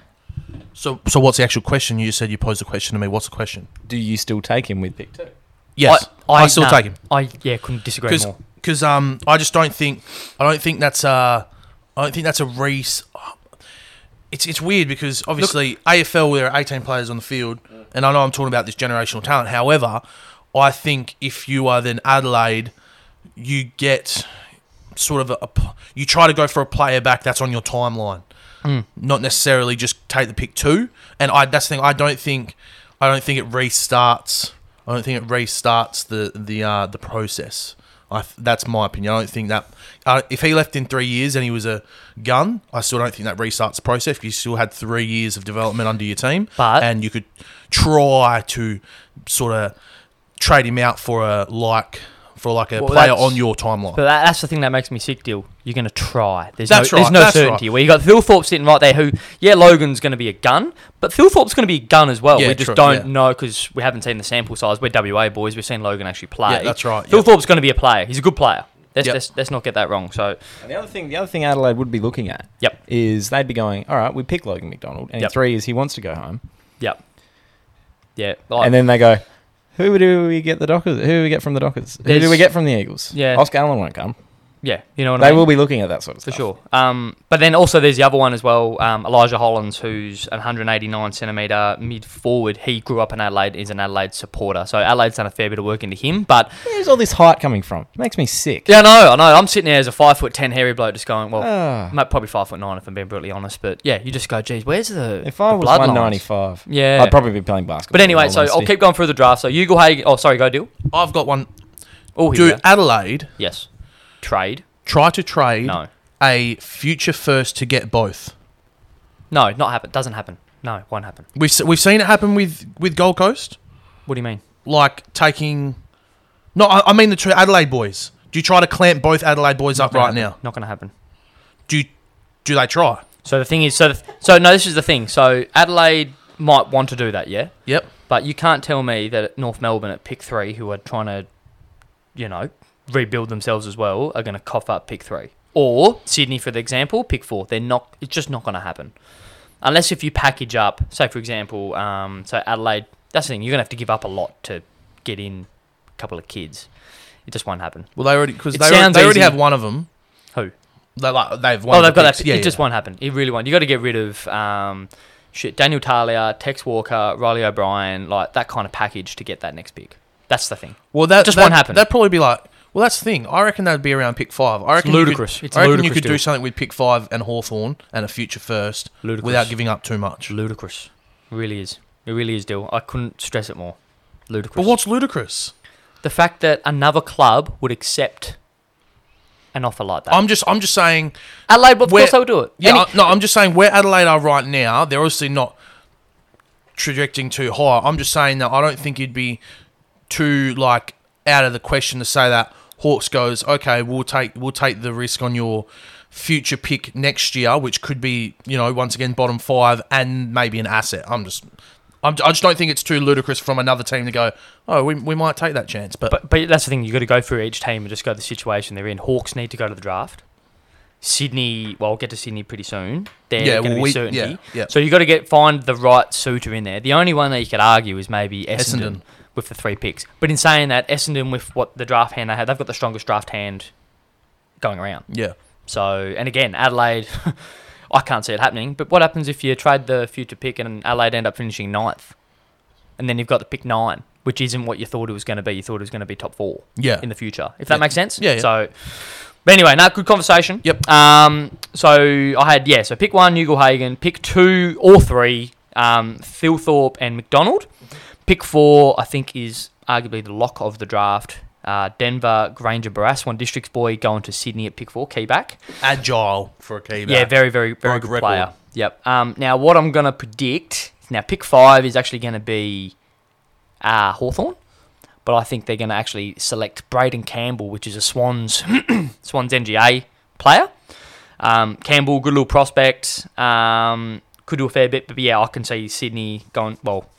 [SPEAKER 1] So so what's the actual question? You said you posed a question to me. What's the question?
[SPEAKER 4] Do you still take him with pick two?
[SPEAKER 1] Yes, I, still
[SPEAKER 2] nah,
[SPEAKER 1] take him
[SPEAKER 2] I yeah couldn't disagree
[SPEAKER 1] because
[SPEAKER 2] more.
[SPEAKER 1] because um I just don't think I don't think that's uh I don't think that's a race. It's it's weird because obviously AFL there are 18 players on the field, and I know I'm talking about this generational talent. However, I think if you are then Adelaide, you get sort of a, a p- you try to go for a player back that's on your timeline, not necessarily just take the pick two. And I that's the thing I don't think I don't think it restarts. I don't think it restarts the the uh, the process. I th- that's my opinion. I don't think that uh, if he left in three years and he was a gun, I still don't think that restarts the process. You still had three years of development under your team,
[SPEAKER 2] But-
[SPEAKER 1] and you could try to sort of trade him out for a like for like a
[SPEAKER 2] Well,
[SPEAKER 1] player
[SPEAKER 2] that's-
[SPEAKER 1] on your timeline.
[SPEAKER 2] But that, that's the thing that makes me sick, Deal. You're going to try. There's
[SPEAKER 1] That's
[SPEAKER 2] no, there's
[SPEAKER 1] right,
[SPEAKER 2] no
[SPEAKER 1] that's
[SPEAKER 2] certainty. Where you got Phil Thorpe sitting right there, who, yeah, Logan's going to be a gun, but Phil Thorpe's going to be a gun as well.
[SPEAKER 1] Yeah,
[SPEAKER 2] we just
[SPEAKER 1] true,
[SPEAKER 2] don't
[SPEAKER 1] yeah.
[SPEAKER 2] know because we haven't seen the sample size. We're WA boys. We've seen Logan actually play.
[SPEAKER 1] Yeah, that's right,
[SPEAKER 2] Phil
[SPEAKER 1] yep.
[SPEAKER 2] Thorpe's going to be a player. He's a good player. Let's,
[SPEAKER 1] Yep.
[SPEAKER 2] let's, let's not get that wrong. So,
[SPEAKER 4] And the other thing, the other thing Adelaide would be looking at,
[SPEAKER 2] Yep.
[SPEAKER 4] is they'd be going, all right, we pick Logan McDonald, and
[SPEAKER 2] Yep.
[SPEAKER 4] in three years he wants to go home,
[SPEAKER 2] yeah, yeah, like,
[SPEAKER 4] and then they go, who do we get the Dockers? Who do we get from the Dockers? Who
[SPEAKER 2] There's-
[SPEAKER 4] do we get from the Eagles?
[SPEAKER 2] Yeah.
[SPEAKER 4] Oscar Allen won't come.
[SPEAKER 2] yeah. You know what
[SPEAKER 4] They
[SPEAKER 2] I mean?
[SPEAKER 4] will be looking at that sort of
[SPEAKER 2] For
[SPEAKER 4] stuff
[SPEAKER 2] sure. Um, but then also there's the other one as well, um, Elijah Hollins, who's an 189 centimetre mid forward. He grew up in Adelaide, is an Adelaide supporter. So Adelaide's done a fair bit of work into him. But
[SPEAKER 4] Where's all this height coming from? It makes me sick.
[SPEAKER 2] yeah, no, I know. I'm sitting there as a five foot ten hairy bloke, just going, well,
[SPEAKER 4] Ah.
[SPEAKER 2] mate, probably five foot nine if I'm being brutally honest. But yeah, you just go, geez, where's the
[SPEAKER 4] if I
[SPEAKER 2] the
[SPEAKER 4] was
[SPEAKER 2] bloodlines?"
[SPEAKER 4] one ninety five,
[SPEAKER 2] Yeah.
[SPEAKER 4] I'd probably be playing basketball.
[SPEAKER 2] But anyway,
[SPEAKER 4] in all
[SPEAKER 2] so I'll
[SPEAKER 4] honesty.
[SPEAKER 2] keep going through the draft. So Hugo Haig. Oh, sorry, go deal.
[SPEAKER 1] I've got one.
[SPEAKER 2] Oh, here we
[SPEAKER 1] Do
[SPEAKER 2] go.
[SPEAKER 1] Adelaide
[SPEAKER 2] yes, trade.
[SPEAKER 1] try to trade
[SPEAKER 2] No,
[SPEAKER 1] a future first to get both?
[SPEAKER 2] no, not happen. Doesn't happen. No, won't happen.
[SPEAKER 1] We've s- we've seen it happen with with Gold Coast,
[SPEAKER 2] What do you mean?
[SPEAKER 1] like taking. No, I, I mean the two Adelaide boys. Do you try to clamp both Adelaide boys up right now?
[SPEAKER 2] Not going to happen.
[SPEAKER 1] Do you, do they try?
[SPEAKER 2] So the thing is, so the, so no, this is the thing. So Adelaide might want to do that, yeah,
[SPEAKER 1] Yep.
[SPEAKER 2] but you can't tell me that at North Melbourne at pick three, who are trying to, you know, rebuild themselves as well, are going to cough up pick three or Sydney, for the example, pick four. They're not. It's just not going to happen, unless if you package up. Say for example, um, so Adelaide. That's the thing. You're going to have to give up a lot to get in a couple of kids. It just won't happen.
[SPEAKER 1] Well, they already because
[SPEAKER 2] It
[SPEAKER 1] they, already-
[SPEAKER 2] sounds
[SPEAKER 1] they already
[SPEAKER 2] easy.
[SPEAKER 1] have one of them.
[SPEAKER 2] Who?
[SPEAKER 1] They like they've one.
[SPEAKER 2] Oh,
[SPEAKER 1] of the
[SPEAKER 2] they've got
[SPEAKER 1] picks.
[SPEAKER 2] that. it just won't happen. It really won't. You got to get rid of um, shit. Daniel Talia, Tex Walker, Riley O'Brien, like that kind of package to get that next pick. That's the thing.
[SPEAKER 1] Well, that
[SPEAKER 2] just
[SPEAKER 1] that,
[SPEAKER 2] won't happen.
[SPEAKER 1] That'd probably be like. Well, that's the thing. I reckon that'd be around pick five. I reckon you could-
[SPEAKER 2] ludicrous. It's
[SPEAKER 1] I reckon you
[SPEAKER 2] ludicrous
[SPEAKER 1] could do
[SPEAKER 2] deal.
[SPEAKER 1] something with pick five and Hawthorn and a future first
[SPEAKER 2] Ludicrous.
[SPEAKER 1] without giving up too much.
[SPEAKER 2] Ludicrous. It really is. It really is, Dill. I couldn't stress it more. Ludicrous.
[SPEAKER 1] But what's ludicrous?
[SPEAKER 2] the fact that another club would accept an offer like that?
[SPEAKER 1] I'm just I'm just saying.
[SPEAKER 2] Adelaide, of
[SPEAKER 1] where-
[SPEAKER 2] course, they'll do it.
[SPEAKER 1] Yeah,
[SPEAKER 2] Any-
[SPEAKER 1] I- no, I'm just saying where Adelaide are right now, they're obviously not trajecting too high. I'm just saying that I don't think it'd be too like out of the question to say that Hawks goes, okay, we'll take we'll take the risk on your future pick next year, which could be you know once again bottom five and maybe an asset. I'm just. I'm, I just don't think it's too ludicrous from another team to go, oh, we, we might take that chance. But,
[SPEAKER 2] But but that's the thing. You got to go through each team and just go the situation they're in. Hawks need to go to the draft. Sydney, well, I'll get to Sydney pretty soon. They're
[SPEAKER 1] Yeah,
[SPEAKER 2] going to
[SPEAKER 1] well,
[SPEAKER 2] be
[SPEAKER 1] we-
[SPEAKER 2] certainty.
[SPEAKER 1] yeah, yeah.
[SPEAKER 2] So you got to get find the right suitor in there. The only one that you could argue is maybe Essendon,
[SPEAKER 1] Essendon.
[SPEAKER 2] with the three picks. But in saying that, Essendon with what the draft hand they had, they've got the strongest draft hand going around.
[SPEAKER 1] yeah.
[SPEAKER 2] So and again, Adelaide, I can't see it happening. But what happens if you trade the future pick and Adelaide end up finishing ninth, and then you've got the pick nine, which isn't what you thought it was going to be. You thought it was going to be top four
[SPEAKER 1] Yeah.
[SPEAKER 2] in the future, if that
[SPEAKER 1] Yeah.
[SPEAKER 2] makes sense.
[SPEAKER 1] Yeah, yeah.
[SPEAKER 2] So But anyway, no, good conversation.
[SPEAKER 1] Yep.
[SPEAKER 2] Um, so I had yeah. So pick one, Newgle Hagen. Pick two or three, um, Philthorpe and McDonald. Pick four, I think, is arguably the lock of the draft. Uh, Denver Granger Barras, one district's boy, going to Sydney at pick four, key back.
[SPEAKER 1] Agile for a key.
[SPEAKER 2] Yeah,
[SPEAKER 1] back.
[SPEAKER 2] very, very, very
[SPEAKER 1] Like
[SPEAKER 2] good
[SPEAKER 1] record.
[SPEAKER 2] player. Yep. Um, now, what I'm going to predict now, pick five is actually going to be uh, Hawthorn, but I think they're going to actually select Braden Campbell, which is a Swans Swans NGA player. Um, Campbell, good little prospect. Um, could do a fair bit, but yeah, I can see Sydney going. Well,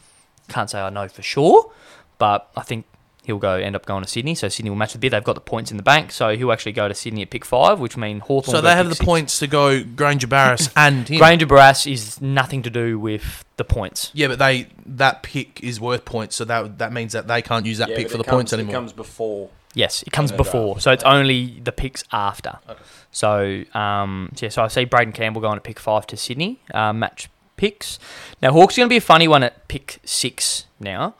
[SPEAKER 2] can't say I know for sure, but I think he'll go end up going to Sydney. So Sydney will match the bid. They've got the points in the bank, so he'll actually go to Sydney at pick five, which means Hawthorn.
[SPEAKER 1] so
[SPEAKER 2] go
[SPEAKER 1] they have
[SPEAKER 2] pick
[SPEAKER 1] the
[SPEAKER 2] six.
[SPEAKER 1] points to go Granger Barris and him.
[SPEAKER 2] Granger Barras is nothing to do with the points.
[SPEAKER 1] yeah, but they that pick is worth points, so that that means that they can't use that
[SPEAKER 5] Yeah,
[SPEAKER 1] pick
[SPEAKER 5] but
[SPEAKER 1] for
[SPEAKER 5] it
[SPEAKER 1] the
[SPEAKER 5] comes-
[SPEAKER 1] points
[SPEAKER 5] It
[SPEAKER 1] anymore.
[SPEAKER 5] comes before.
[SPEAKER 2] Yes, it comes
[SPEAKER 5] Yeah.
[SPEAKER 2] before, so it's only the picks after. So, um, so yeah, so I see Braden Campbell going to pick five to Sydney uh, match picks. Now Hawks are going to be a funny one at pick six. Now,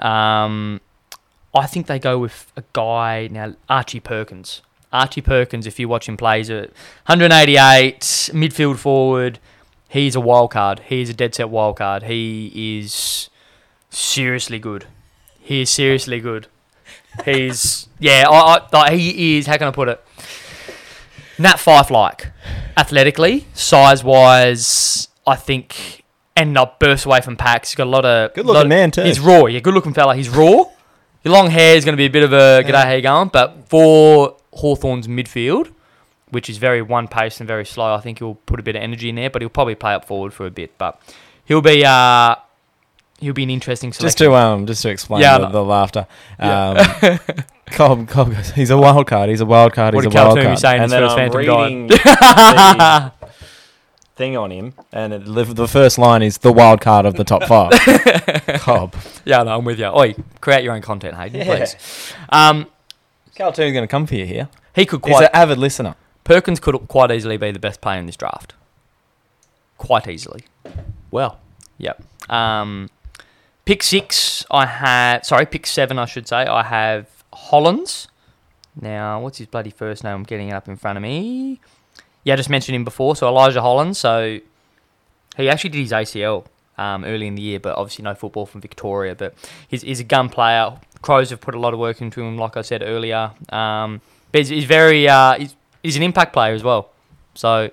[SPEAKER 2] um, I think they go with a guy now Archie Perkins. Archie Perkins, if you watch him play, he's a 188 midfield forward. He's a wild card. He's a dead set wild card. He is seriously good. He is seriously good. He's yeah, I, I like, he is. How can I put it? Nat Fife like, athletically, size wise, I think, and uh, bursts away from packs. He's got a lot of
[SPEAKER 4] Good-looking
[SPEAKER 2] lot of-
[SPEAKER 4] man too.
[SPEAKER 2] He's raw. Yeah, good looking fella. He's raw. Your long hair is going to be a bit of a g'day how you going, but for Hawthorn's midfield, which is very one pace and very slow, I think he'll put a bit of energy in there, but he'll probably play up forward for a bit. But he'll be uh, he'll be an interesting
[SPEAKER 4] Just
[SPEAKER 2] selection.
[SPEAKER 4] to um, just to explain
[SPEAKER 2] Yeah,
[SPEAKER 4] the,
[SPEAKER 2] no.
[SPEAKER 4] the laughter. Um, Cobb, Cobb goes, he's a wild card. He's a wild card.
[SPEAKER 2] What
[SPEAKER 4] He's
[SPEAKER 2] did
[SPEAKER 4] a wild
[SPEAKER 2] Calhoun
[SPEAKER 4] card.
[SPEAKER 2] say in
[SPEAKER 4] And
[SPEAKER 2] his
[SPEAKER 4] then
[SPEAKER 2] first
[SPEAKER 4] I'm
[SPEAKER 2] Phantom
[SPEAKER 4] reading
[SPEAKER 2] Guide?
[SPEAKER 4] the thing on him, and it, the the first line is the wild card of the top five. Cobb.
[SPEAKER 2] Yeah, no, I'm with you. Oi, create your own content, Hayden,
[SPEAKER 4] Yeah.
[SPEAKER 2] please. Um,
[SPEAKER 4] Calhoun's going to come for you here.
[SPEAKER 2] he could
[SPEAKER 4] He's
[SPEAKER 2] quite
[SPEAKER 4] an avid listener.
[SPEAKER 2] Perkins could quite easily be the best player in this draft. Quite easily.
[SPEAKER 1] Well,
[SPEAKER 2] Yep. Um, pick six, I have. Sorry, pick seven, I should say. I have Hollins. Now, what's his bloody first name? I'm getting it up in front of me. Yeah, I just mentioned him before. So Elijah Hollins. So he actually did his ACL um, early in the year, but obviously no football from Victoria. But he's, he's a gun player. Crows have put a lot of work into him, like I said earlier. Um, but he's, he's very. Uh, he's, he's an impact player as well. So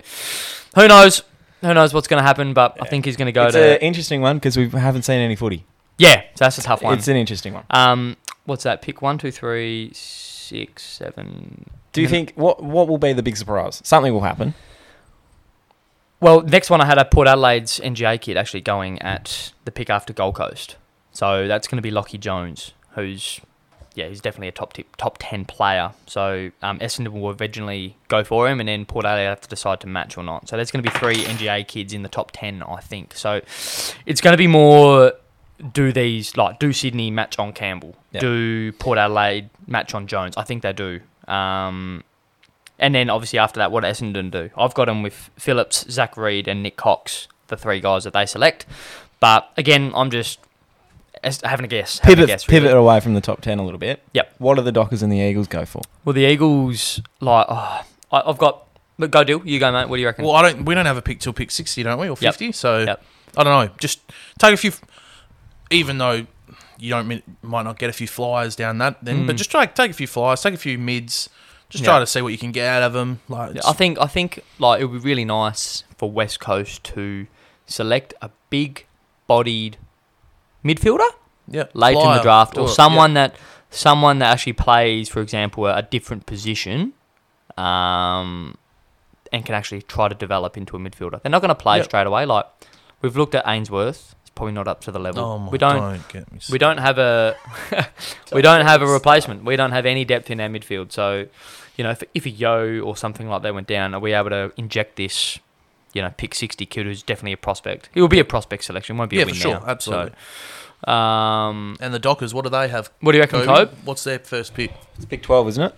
[SPEAKER 2] who knows? Who knows what's going to happen? But I think he's going to go
[SPEAKER 4] it's
[SPEAKER 2] to.
[SPEAKER 4] an interesting one because we haven't seen any footy.
[SPEAKER 2] Yeah, so that's a tough one.
[SPEAKER 4] It's an interesting one.
[SPEAKER 2] um, what's that? Pick one, two, three, six, seven.
[SPEAKER 4] Do you
[SPEAKER 2] Mm.
[SPEAKER 4] think what what will be the big surprise? Something will happen.
[SPEAKER 2] Well, next one I had a Port Adelaide's NGA kid actually going at the pick after Gold Coast, so that's going to be Lockie Jones, who's yeah, he's definitely a top tip, top ten player. So um, Essendon will originally go for him, and then Port Adelaide have to decide to match or not. So there's going to be three NGA kids in the top ten, I think. So it's going to be more do these like do Sydney match on Campbell,
[SPEAKER 4] Yeah.
[SPEAKER 2] do Port Adelaide match on Jones. I think they do. Um, and then obviously after that, what does Essendon do? I've got them with Phillips, Zach Reed, and Nick Cox, the three guys that they select. But again, I'm just as- having a guess. Having
[SPEAKER 4] Pivot
[SPEAKER 2] a guess, really.
[SPEAKER 4] pivot away from the top ten a little bit.
[SPEAKER 2] Yep.
[SPEAKER 4] What do the Dockers and the Eagles go for?
[SPEAKER 2] Well, the Eagles, like, oh, I, I've got. Look, go deal. You go, mate. What do you reckon?
[SPEAKER 1] well, I don't. We don't have a pick till pick sixty, don't we, or
[SPEAKER 2] Yep.
[SPEAKER 1] fifty? So
[SPEAKER 2] Yep.
[SPEAKER 1] I don't know. Just take a few. Even though you don't mi- might not get a few flyers down that, then but
[SPEAKER 2] Mm.
[SPEAKER 1] just try take a few flyers, take a few mids. Just try
[SPEAKER 2] Yeah.
[SPEAKER 1] to see what you can get out of them. Like
[SPEAKER 2] I think I think like it would be really nice for West Coast to select a big-bodied midfielder.
[SPEAKER 1] yeah,
[SPEAKER 2] late in
[SPEAKER 1] flyer
[SPEAKER 2] the draft, or
[SPEAKER 1] yeah.
[SPEAKER 2] someone that someone that actually plays, for example, a, a different position, um, and can actually try to develop into a midfielder. They're not going to play
[SPEAKER 1] Yep.
[SPEAKER 2] straight away. Like we've looked at Ainsworth, it's probably not up to the level.
[SPEAKER 1] Oh my,
[SPEAKER 2] we don't.
[SPEAKER 1] get me.
[SPEAKER 2] We don't have a we don't have a replacement. We don't have any depth in our midfield. So, you know, if, if a yo or something like that went down, are we able to inject this? You know, pick sixty kid who's definitely a prospect. It will be a prospect selection. Won't be
[SPEAKER 1] Yeah,
[SPEAKER 2] a
[SPEAKER 1] for
[SPEAKER 2] win
[SPEAKER 1] sure,
[SPEAKER 2] now. So,
[SPEAKER 1] absolutely.
[SPEAKER 2] um,
[SPEAKER 1] And the Dockers, what do they have?
[SPEAKER 2] what do you reckon, Cope?
[SPEAKER 1] Kobe? What's their first pick?
[SPEAKER 4] It's pick twelve, isn't it?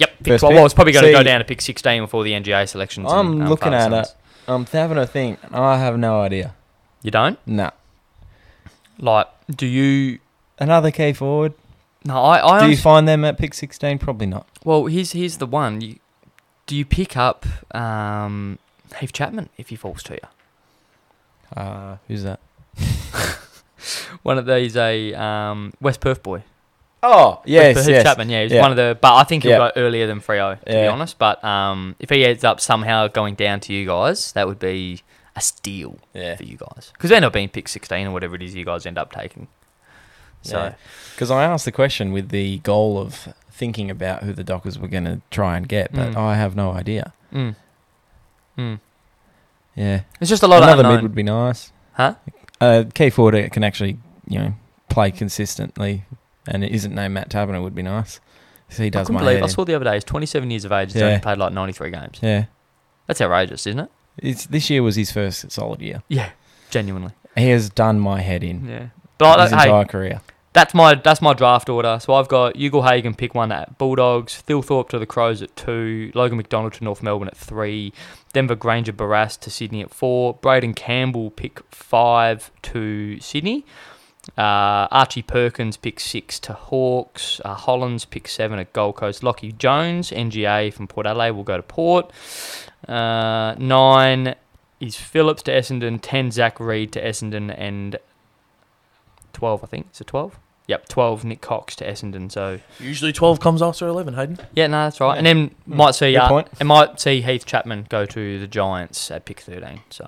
[SPEAKER 2] Yep, pick
[SPEAKER 4] First
[SPEAKER 2] 12.
[SPEAKER 4] pick.
[SPEAKER 2] Well, it's probably going to go
[SPEAKER 4] See-
[SPEAKER 2] down to pick 16 before the NGA selections.
[SPEAKER 4] I'm
[SPEAKER 2] and, um,
[SPEAKER 4] looking
[SPEAKER 2] father
[SPEAKER 4] at it.
[SPEAKER 2] sons.
[SPEAKER 4] I'm having a think. I have no idea.
[SPEAKER 2] You don't?
[SPEAKER 4] No.
[SPEAKER 2] Like, do you.
[SPEAKER 4] Another key forward.
[SPEAKER 2] No, I. I
[SPEAKER 4] Do you
[SPEAKER 2] honest-
[SPEAKER 4] find them at pick sixteen? Probably not.
[SPEAKER 2] well, here's, here's the one. You, do you pick up um, Heath Chapman if he falls to you?
[SPEAKER 4] Uh, who's that?
[SPEAKER 2] One of these a um, West Perth boy.
[SPEAKER 4] Oh, yes,
[SPEAKER 2] Heath
[SPEAKER 4] yes.
[SPEAKER 2] Chapman, yeah, he's
[SPEAKER 4] Yeah.
[SPEAKER 2] one of the. But I think he'll
[SPEAKER 4] Yeah.
[SPEAKER 2] go earlier than Frio, to be
[SPEAKER 4] Yeah.
[SPEAKER 2] honest. But um, if he ends up somehow going down to you guys, that would be a steal
[SPEAKER 4] Yeah.
[SPEAKER 2] for you guys because they end up being pick sixteen or whatever it is you guys end up taking. So
[SPEAKER 4] So, because I asked the question with the goal of thinking about who the Dockers were going to try and get, but
[SPEAKER 2] Mm.
[SPEAKER 4] I have no idea.
[SPEAKER 2] Mm. Mm.
[SPEAKER 4] Yeah,
[SPEAKER 2] it's just a lot
[SPEAKER 4] another
[SPEAKER 2] of Oh, unknown.
[SPEAKER 4] mid would be nice.
[SPEAKER 2] Huh?
[SPEAKER 4] A key forward that can actually, you know, play consistently, and it isn't named Matt Taberner would be nice. 'Cause He
[SPEAKER 2] I
[SPEAKER 4] does
[SPEAKER 2] couldn't
[SPEAKER 4] my
[SPEAKER 2] believe
[SPEAKER 4] head
[SPEAKER 2] I
[SPEAKER 4] in.
[SPEAKER 2] saw the other day. He's 27 years of age. He's
[SPEAKER 4] Yeah.
[SPEAKER 2] only played like 93 games.
[SPEAKER 4] Yeah,
[SPEAKER 2] That's outrageous, isn't it?
[SPEAKER 4] it's, this year was his first solid year.
[SPEAKER 2] Yeah, genuinely.
[SPEAKER 4] He has done my head in
[SPEAKER 2] Yeah, but I-
[SPEAKER 4] his
[SPEAKER 2] hey,
[SPEAKER 4] entire career.
[SPEAKER 2] That's my that's my draft order. So I've got Hugo Hagen pick one at Bulldogs, Thilthorpe to the Crows at two, Logan McDonald to North Melbourne at three, Denver Granger Barras to Sydney at four, Braden Campbell pick five to Sydney, uh, Archie Perkins pick six to Hawks, uh, Hollins pick seven at Gold Coast, Lockie Jones NGA from Port Adelaide will go to Port, uh, nine is Phillips to Essendon, ten Zach Reed to Essendon, and 12, I think. It's a 12? Yep, 12 Nick Cox to Essendon. So,
[SPEAKER 1] Usually 12 comes after 11, Hayden.
[SPEAKER 2] yeah, no, that's right. And then might see uh, and might see Heath Chapman go to the Giants at pick 13. So,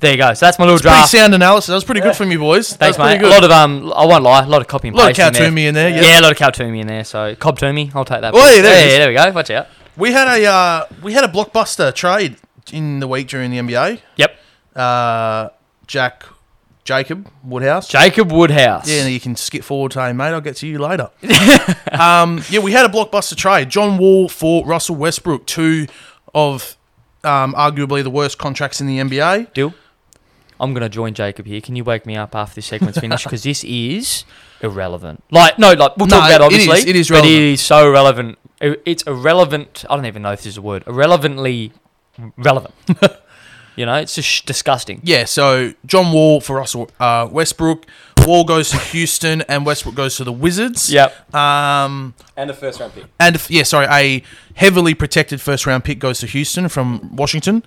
[SPEAKER 2] there you go. So, that's my little
[SPEAKER 1] Pretty
[SPEAKER 2] draft.
[SPEAKER 1] sound analysis. That was pretty good from you boys.
[SPEAKER 2] Thanks,
[SPEAKER 1] that was
[SPEAKER 2] mate.
[SPEAKER 1] pretty
[SPEAKER 2] A
[SPEAKER 1] Good.
[SPEAKER 2] lot of, um, I won't lie, a lot of copy and
[SPEAKER 1] A lot of
[SPEAKER 2] paste. in there.
[SPEAKER 1] Kowtoomie in there.
[SPEAKER 2] Yeah.
[SPEAKER 1] Yeah.
[SPEAKER 2] a lot of Kaltumi in there. So, Cobb Toomey, I'll take that.
[SPEAKER 1] Oh, yeah, there it
[SPEAKER 2] yeah,
[SPEAKER 1] is.
[SPEAKER 2] there we go. Watch out.
[SPEAKER 1] We had a uh, we had a blockbuster trade in the week during the NBA.
[SPEAKER 2] Yep.
[SPEAKER 1] Uh, Jack Jacob Woodhouse.
[SPEAKER 2] Jacob Woodhouse.
[SPEAKER 1] Yeah, and you can skip forward to, hey, mate, I'll get to you later. um, yeah, we had a blockbuster trade. John Wall for Russell Westbrook, two of um, arguably the worst contracts in the NBA.
[SPEAKER 2] Dill, I'm going to join Jacob here. Can you wake me up after this segment's finished? Because this is irrelevant. Like, no, like, we'll
[SPEAKER 1] No,
[SPEAKER 2] talk about it,
[SPEAKER 1] it is-
[SPEAKER 2] obviously.
[SPEAKER 1] it is
[SPEAKER 2] But
[SPEAKER 1] relevant.
[SPEAKER 2] it is so relevant. I- It's irrelevant. I don't even know if this is a word. Irrelevantly relevant. you know, it's just disgusting.
[SPEAKER 1] Yeah, so John Wall for Russell uh, Westbrook. Wall goes to Houston, and Westbrook goes to the Wizards.
[SPEAKER 2] Yep.
[SPEAKER 1] Um,
[SPEAKER 4] And a first round pick.
[SPEAKER 1] and if- yeah, sorry, a heavily protected first round pick goes to Houston from Washington.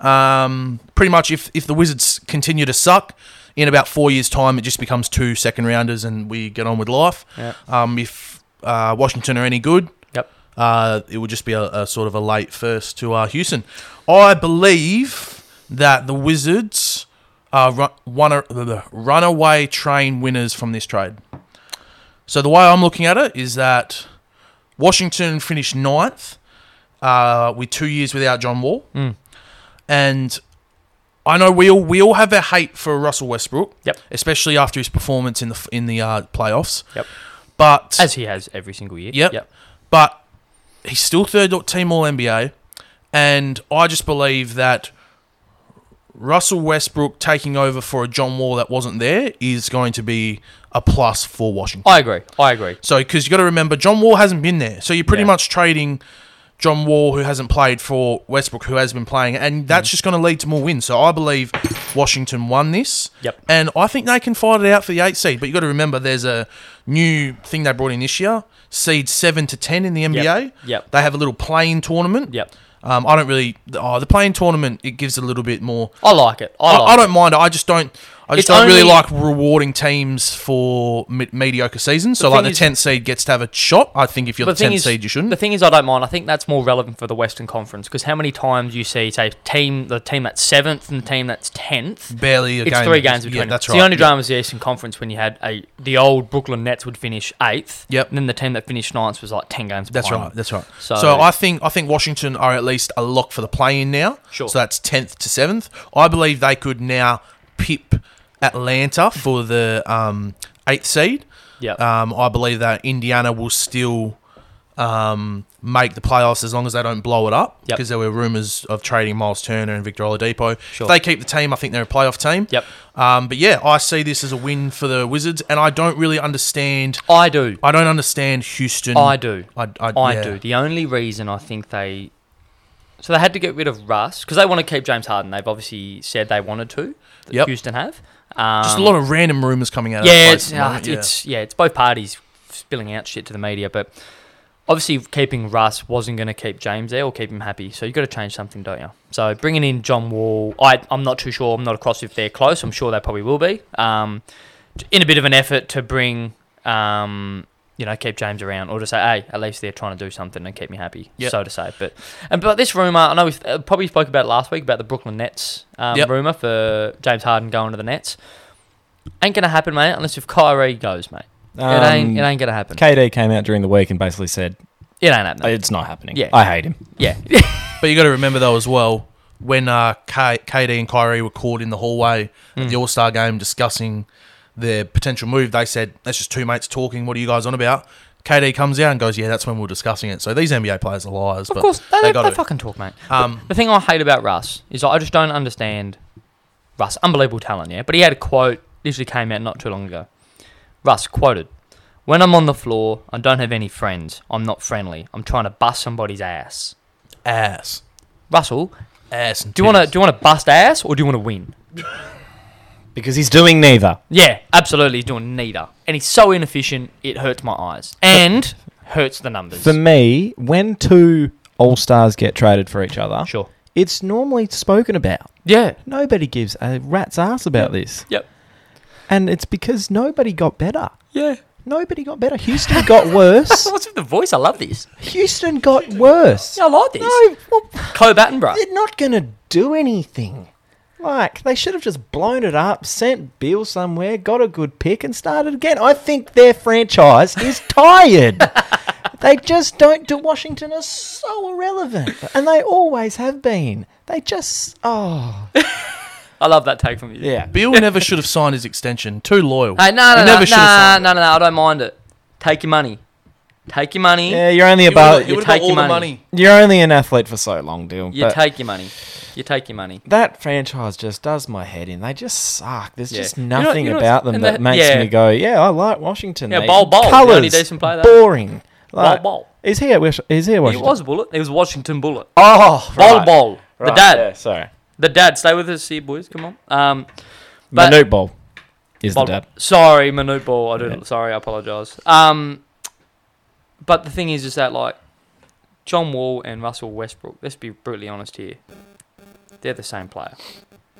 [SPEAKER 1] Um, pretty much, if if the Wizards continue to suck, in about four years' time, it just becomes two second rounders, and we get on with life.
[SPEAKER 2] Yep.
[SPEAKER 1] Um, if uh, Washington are any good,
[SPEAKER 2] Yep.
[SPEAKER 1] uh, it would just be a, a sort of a late first to uh, Houston. I believe that the Wizards are run, one of the runaway train winners from this trade. So the way I'm looking at it is that Washington finished ninth uh, with two years without John Wall,
[SPEAKER 2] Mm.
[SPEAKER 1] and I know we all we all have a hate for Russell Westbrook,
[SPEAKER 2] Yep.
[SPEAKER 1] especially after his performance in the in the uh, playoffs,
[SPEAKER 2] Yep.
[SPEAKER 1] But
[SPEAKER 2] As he has every single year.
[SPEAKER 1] Yep. but he's still third team All NBA, and I just believe that Russell Westbrook taking over for a John Wall that wasn't there is going to be a plus for Washington.
[SPEAKER 2] I agree. I agree.
[SPEAKER 1] So, because you got to remember, John Wall hasn't been there. So you're pretty
[SPEAKER 2] Yeah.
[SPEAKER 1] much trading John Wall, who hasn't played, for Westbrook, who has been playing, and that's
[SPEAKER 2] Mm-hmm.
[SPEAKER 1] just going to lead to more wins. So I believe Washington won this.
[SPEAKER 2] Yep.
[SPEAKER 1] And I think they can fight it out for the eight seed. But you got to remember, there's a new thing they brought in this year: seed seven to ten in the NBA.
[SPEAKER 2] Yep.
[SPEAKER 1] They have a little playing tournament.
[SPEAKER 2] Yep.
[SPEAKER 1] Um, I don't really. Oh, the playing tournament it gives a little bit more.
[SPEAKER 2] I like it. I,
[SPEAKER 1] I,
[SPEAKER 2] like
[SPEAKER 1] I
[SPEAKER 2] it.
[SPEAKER 1] don't mind. it. I just don't. I just
[SPEAKER 2] Oh. It's
[SPEAKER 1] don't really
[SPEAKER 2] only-
[SPEAKER 1] like rewarding teams for me- mediocre seasons. So,
[SPEAKER 2] The
[SPEAKER 1] like
[SPEAKER 2] thing
[SPEAKER 1] the
[SPEAKER 2] is-
[SPEAKER 1] tenth seed gets to have a shot. I think if you're the,
[SPEAKER 2] The thing
[SPEAKER 1] tenth
[SPEAKER 2] is-
[SPEAKER 1] seed, you shouldn't.
[SPEAKER 2] The thing is, I don't mind. I think that's more relevant for the Western Conference because how many times you see, say, team the team that's seventh and the team that's tenth,
[SPEAKER 1] Barely a
[SPEAKER 2] it's
[SPEAKER 1] game.
[SPEAKER 2] three games between
[SPEAKER 1] Yeah,
[SPEAKER 2] them.
[SPEAKER 1] that's
[SPEAKER 2] So
[SPEAKER 1] right.
[SPEAKER 2] the only
[SPEAKER 1] Yeah.
[SPEAKER 2] drama was the Eastern Conference when you had a the old Brooklyn Nets would finish eighth.
[SPEAKER 1] Yep.
[SPEAKER 2] And then the team that finished ninth was like ten games.
[SPEAKER 1] That's
[SPEAKER 2] behind
[SPEAKER 1] right.
[SPEAKER 2] them.
[SPEAKER 1] That's right.
[SPEAKER 2] So-
[SPEAKER 1] So, I think I think Washington are at least a lock for the play in now.
[SPEAKER 2] Sure.
[SPEAKER 1] So that's tenth to seventh. I believe they could now pip Atlanta for the um, eighth seed.
[SPEAKER 2] Yeah.
[SPEAKER 1] Um, I believe that Indiana will still um, make the playoffs as long as they don't blow it up
[SPEAKER 2] Yep.
[SPEAKER 1] because there were rumors of trading Miles Turner and Victor Oladipo.
[SPEAKER 2] Sure.
[SPEAKER 1] If they keep the team, I think they're a playoff team.
[SPEAKER 2] Yep.
[SPEAKER 1] Um, but yeah, I see this as a win for the Wizards, and I don't really understand.
[SPEAKER 2] I do.
[SPEAKER 1] I don't understand Houston.
[SPEAKER 2] I do.
[SPEAKER 1] I, I,
[SPEAKER 2] I
[SPEAKER 1] yeah.
[SPEAKER 2] do. The only reason I think they. So they had to get rid of Russ because they want to keep James Harden. They've obviously said they wanted to. That
[SPEAKER 1] Yep.
[SPEAKER 2] Houston have. Um,
[SPEAKER 1] Just a lot of random rumors coming out.
[SPEAKER 2] yeah,
[SPEAKER 1] of that place
[SPEAKER 2] it's,
[SPEAKER 1] at the moment,
[SPEAKER 2] uh, it's yeah, it's both parties spilling out shit to the media. But obviously keeping Russ wasn't going to keep James there or keep him happy. So you've got to change something, don't you? So bringing in John Wall, I, I'm not too sure. I'm not across if they're close. I'm sure they probably will be. Um, in a bit of an effort to bring, um, you know, keep James around or to say, hey, at least they're trying to do something and keep me happy,
[SPEAKER 1] Yep.
[SPEAKER 2] so to say. But and but this rumor, I know we uh, probably spoke about it last week about the Brooklyn Nets um,
[SPEAKER 1] Yep.
[SPEAKER 2] rumor for James Harden going to the Nets. Ain't gonna happen, mate. Unless if Kyrie goes, mate. it
[SPEAKER 3] Um,
[SPEAKER 2] ain't.
[SPEAKER 4] Um,
[SPEAKER 2] It ain't gonna happen.
[SPEAKER 3] KD came out during the week and basically said
[SPEAKER 2] it ain't happening.
[SPEAKER 3] it's not happening.
[SPEAKER 2] Yeah.
[SPEAKER 3] I hate him.
[SPEAKER 2] yeah.
[SPEAKER 1] But you got to remember though as well when uh, K- KD and Kyrie were caught in the hallway at the
[SPEAKER 2] Mm.
[SPEAKER 1] All Star game discussing their potential move, they said that's just two mates talking. What are you guys on about? KD comes out and goes, "Yeah, that's when we were discussing it." So these NBA players are liars.
[SPEAKER 2] Of course, they, they,
[SPEAKER 1] got
[SPEAKER 2] they
[SPEAKER 1] it.
[SPEAKER 2] fucking talk, mate.
[SPEAKER 1] Um,
[SPEAKER 2] the thing I hate about Russ is I just don't understand Russ. Unbelievable talent, yeah. But he had a quote literally came out not too long ago. Russ quoted, "When I'm on the floor, I don't have any friends. I'm not friendly. I'm trying to bust somebody's ass."
[SPEAKER 1] ass,
[SPEAKER 2] Russell,
[SPEAKER 1] ass. And
[SPEAKER 2] do you want to
[SPEAKER 1] titties.
[SPEAKER 2] do you want to bust ass or do you want to win?
[SPEAKER 3] Because he's doing neither.
[SPEAKER 2] Yeah, absolutely. He's doing neither, and he's so inefficient. It hurts my eyes and hurts the numbers.
[SPEAKER 3] For me, when two all stars get traded for each other,
[SPEAKER 2] sure.
[SPEAKER 3] it's normally spoken about.
[SPEAKER 2] Yeah.
[SPEAKER 3] Nobody gives a rat's ass about this.
[SPEAKER 2] Yep.
[SPEAKER 3] And it's because nobody got better.
[SPEAKER 2] Yeah.
[SPEAKER 3] Nobody got better. Houston got worse.
[SPEAKER 2] What's with the voice? I love this.
[SPEAKER 3] Houston got worse.
[SPEAKER 2] Yeah, I like this.
[SPEAKER 3] No, well,
[SPEAKER 2] Cobain, bro.
[SPEAKER 3] they're not going to do anything. Like, they should have just blown it up, sent Bill somewhere, got a good pick, and started again. I think their franchise is tired. they just don't do. Washington are so irrelevant, and they always have been. They just. Oh.
[SPEAKER 2] I love that take from you.
[SPEAKER 3] Yeah.
[SPEAKER 1] Bill never should have signed his extension. Too loyal.
[SPEAKER 2] Hey, no, no,
[SPEAKER 1] He
[SPEAKER 2] no,
[SPEAKER 1] never
[SPEAKER 2] no,
[SPEAKER 1] should have signed
[SPEAKER 2] no, no, no, I don't mind it. Take your money. Take your money.
[SPEAKER 3] Yeah, you're only about.
[SPEAKER 1] You
[SPEAKER 2] you
[SPEAKER 1] would have
[SPEAKER 2] take
[SPEAKER 1] all
[SPEAKER 2] your
[SPEAKER 1] the
[SPEAKER 2] money.
[SPEAKER 1] money.
[SPEAKER 3] You're only an athlete for so long, Bill.
[SPEAKER 2] You
[SPEAKER 3] but
[SPEAKER 2] take your money. You take your money.
[SPEAKER 3] that franchise just does my head in. They just suck. There's
[SPEAKER 2] Yeah.
[SPEAKER 3] just
[SPEAKER 2] You know- you
[SPEAKER 3] nothing
[SPEAKER 2] know,
[SPEAKER 3] about them
[SPEAKER 2] and
[SPEAKER 3] that,
[SPEAKER 2] that-
[SPEAKER 3] makes
[SPEAKER 2] yeah.
[SPEAKER 3] me go, yeah, I like Washington.
[SPEAKER 2] Yeah,
[SPEAKER 3] mate.
[SPEAKER 2] Bol Bol, the
[SPEAKER 3] Colours,
[SPEAKER 2] only decent player they-
[SPEAKER 3] boring. Like,
[SPEAKER 2] Bol Bol.
[SPEAKER 3] Is he at Wash- Is he at
[SPEAKER 2] He
[SPEAKER 3] Washington?
[SPEAKER 2] was Bullet. He was Washington Bullet.
[SPEAKER 3] Oh,
[SPEAKER 2] Bol
[SPEAKER 3] right.
[SPEAKER 2] Bol. the
[SPEAKER 3] Right,
[SPEAKER 2] dad.
[SPEAKER 3] Yeah, sorry.
[SPEAKER 2] The dad. Stay with us here, boys. Come on. Um, but
[SPEAKER 3] Manute Bol is
[SPEAKER 2] Bol-
[SPEAKER 3] the dad.
[SPEAKER 2] Sorry, Manute Ball. I do.
[SPEAKER 3] Yeah.
[SPEAKER 2] Sorry, I apologise. Um, but the thing is, is that like John Wall and Russell Westbrook. Let's be brutally honest here. They're the same player.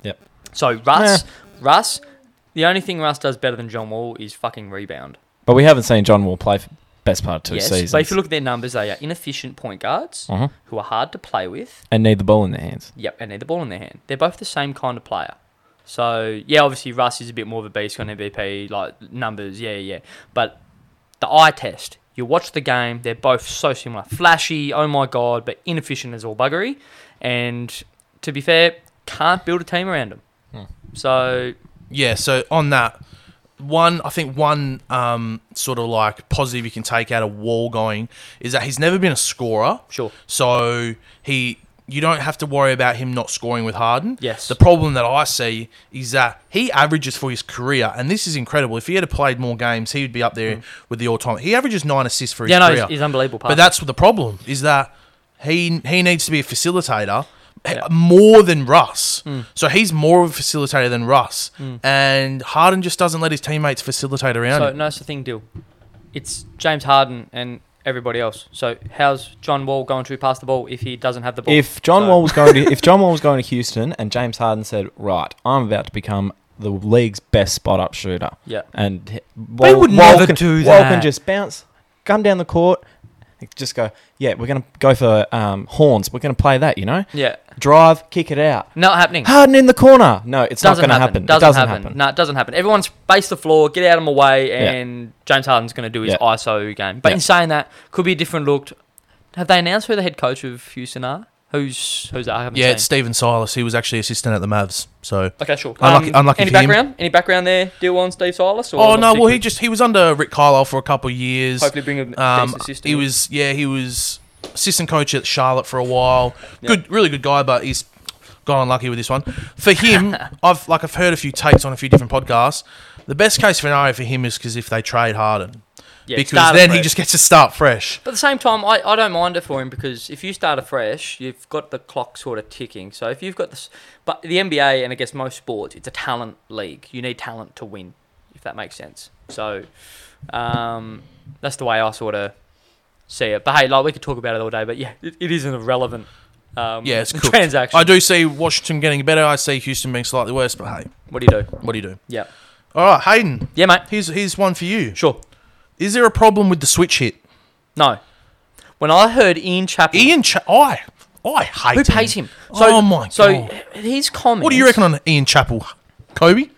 [SPEAKER 3] Yep.
[SPEAKER 2] So Russ, Russ, the only thing Russ does better than John Wall is fucking rebound.
[SPEAKER 3] But we haven't seen John Wall play for best part of two
[SPEAKER 2] yes,
[SPEAKER 3] seasons.
[SPEAKER 2] but if you look at their numbers, they are inefficient point guards
[SPEAKER 3] Mhm.
[SPEAKER 2] who are hard to play with.
[SPEAKER 3] and need the ball in their hands.
[SPEAKER 2] Yep, and need the ball in their hand. They're both the same kind of player. So yeah, obviously Russ is a bit more of a beast on MVP, like numbers. Yeah, yeah. But the eye test. You watch the game. They're both so similar. Flashy. Oh my god, but inefficient as all buggery. And to be fair, can't build a team around them.
[SPEAKER 3] Hmm.
[SPEAKER 2] So
[SPEAKER 1] Yeah, so on that, one, I think one um, sort of like positive you can take out of Wall going is that he's never been a scorer.
[SPEAKER 2] Sure.
[SPEAKER 1] So he, you don't have to worry about him not scoring with Harden.
[SPEAKER 2] Yes.
[SPEAKER 1] The problem that I see is that he averages for his career, and this is incredible. If he had played more games, he would be up there with the all time. He averages nine assists for his
[SPEAKER 2] Mm. yeah, no,
[SPEAKER 1] career.
[SPEAKER 2] he's, he's unbelievable.
[SPEAKER 1] But
[SPEAKER 2] passer.
[SPEAKER 1] that's the problem is that he he needs to be a facilitator eh,
[SPEAKER 2] Yeah. Mm.
[SPEAKER 1] more than Russ. So he's more of a facilitator than Russ, and Harden just doesn't let his teammates facilitate around
[SPEAKER 2] So
[SPEAKER 1] him.
[SPEAKER 2] no, it's the thing, deal. It's James Harden and everybody else. So how's John Wall going to pass the ball if he doesn't have the ball?
[SPEAKER 3] If John
[SPEAKER 2] So-
[SPEAKER 3] Wall was going to if John Wall was going to Houston and James Harden said, "Right, I'm about to become the league's best spot-up shooter,"
[SPEAKER 2] yeah,
[SPEAKER 3] and he- Wall,
[SPEAKER 2] would
[SPEAKER 3] Wall
[SPEAKER 2] never
[SPEAKER 3] can,
[SPEAKER 2] do
[SPEAKER 3] Wall
[SPEAKER 2] that.
[SPEAKER 3] can just bounce, come down the court, just go. Yeah, we're gonna go for um, horns. We're gonna play that, you know.
[SPEAKER 2] yeah,
[SPEAKER 3] Drive, kick it out.
[SPEAKER 2] not happening.
[SPEAKER 3] Harden in the corner. No, it's not
[SPEAKER 2] doesn't
[SPEAKER 3] gonna
[SPEAKER 2] happen.
[SPEAKER 3] happen.
[SPEAKER 2] Doesn't,
[SPEAKER 3] it doesn't
[SPEAKER 2] happen.
[SPEAKER 3] happen.
[SPEAKER 2] No, it doesn't happen. Everyone space the floor, get out of my way,
[SPEAKER 3] Yeah.
[SPEAKER 2] and James Harden's going to do his
[SPEAKER 3] Yeah.
[SPEAKER 2] ISO game. But
[SPEAKER 3] Yeah.
[SPEAKER 2] in saying that, could be a different look. Have they announced who the head coach of Houston are? Who's who's that? I haven't
[SPEAKER 1] yeah,
[SPEAKER 2] seen.
[SPEAKER 1] it's Steven Silas. He was actually assistant at the Mavs. So
[SPEAKER 2] okay, sure.
[SPEAKER 1] Unlucky-
[SPEAKER 2] Um,
[SPEAKER 1] unlucky
[SPEAKER 2] any
[SPEAKER 1] for him.
[SPEAKER 2] background? Any background there? Deal on Steve Silas? Or
[SPEAKER 1] oh no, well he
[SPEAKER 2] particularly?
[SPEAKER 1] just he was under Rick Carlisle for a couple of years.
[SPEAKER 2] hopefully bring a
[SPEAKER 1] Um,
[SPEAKER 2] decent system.
[SPEAKER 1] he was yeah he was assistant coach at Charlotte for a while. Good, really good guy, but he's gone unlucky with this one. For him, I've like I've heard a few takes on a few different podcasts. The best case scenario for him is because if they trade Harden,
[SPEAKER 2] Yeah,
[SPEAKER 1] because
[SPEAKER 2] start
[SPEAKER 1] then he
[SPEAKER 2] afresh.
[SPEAKER 1] just gets to start fresh.
[SPEAKER 2] But at the same time, I, I don't mind it for him because if you start afresh, you've got the clock sort of ticking. So if you've got this, but the NBA and I guess most sports, it's a talent league. You need talent to win, if that makes sense. So um, that's the way I sort of see it. But hey, like we could talk about it all day. But yeah, it, it is an irrelevant. Um,
[SPEAKER 1] Yeah, it's cooked.
[SPEAKER 2] transaction.
[SPEAKER 1] I do see Washington getting better. I see Houston being slightly worse, but hey,
[SPEAKER 2] What do you do?
[SPEAKER 1] what do you do?
[SPEAKER 2] Yeah,
[SPEAKER 1] All right, Hayden.
[SPEAKER 2] yeah, mate.
[SPEAKER 1] Here's here's one for you.
[SPEAKER 2] Sure.
[SPEAKER 1] Is there a problem with the switch hit?
[SPEAKER 2] No. When I heard Ian Chappell,
[SPEAKER 1] Ian, Cha- I I hate
[SPEAKER 2] who pays him?
[SPEAKER 1] oh my
[SPEAKER 2] So
[SPEAKER 1] god!
[SPEAKER 2] his comment.
[SPEAKER 1] What do you reckon on Ian Chappell, Kobe?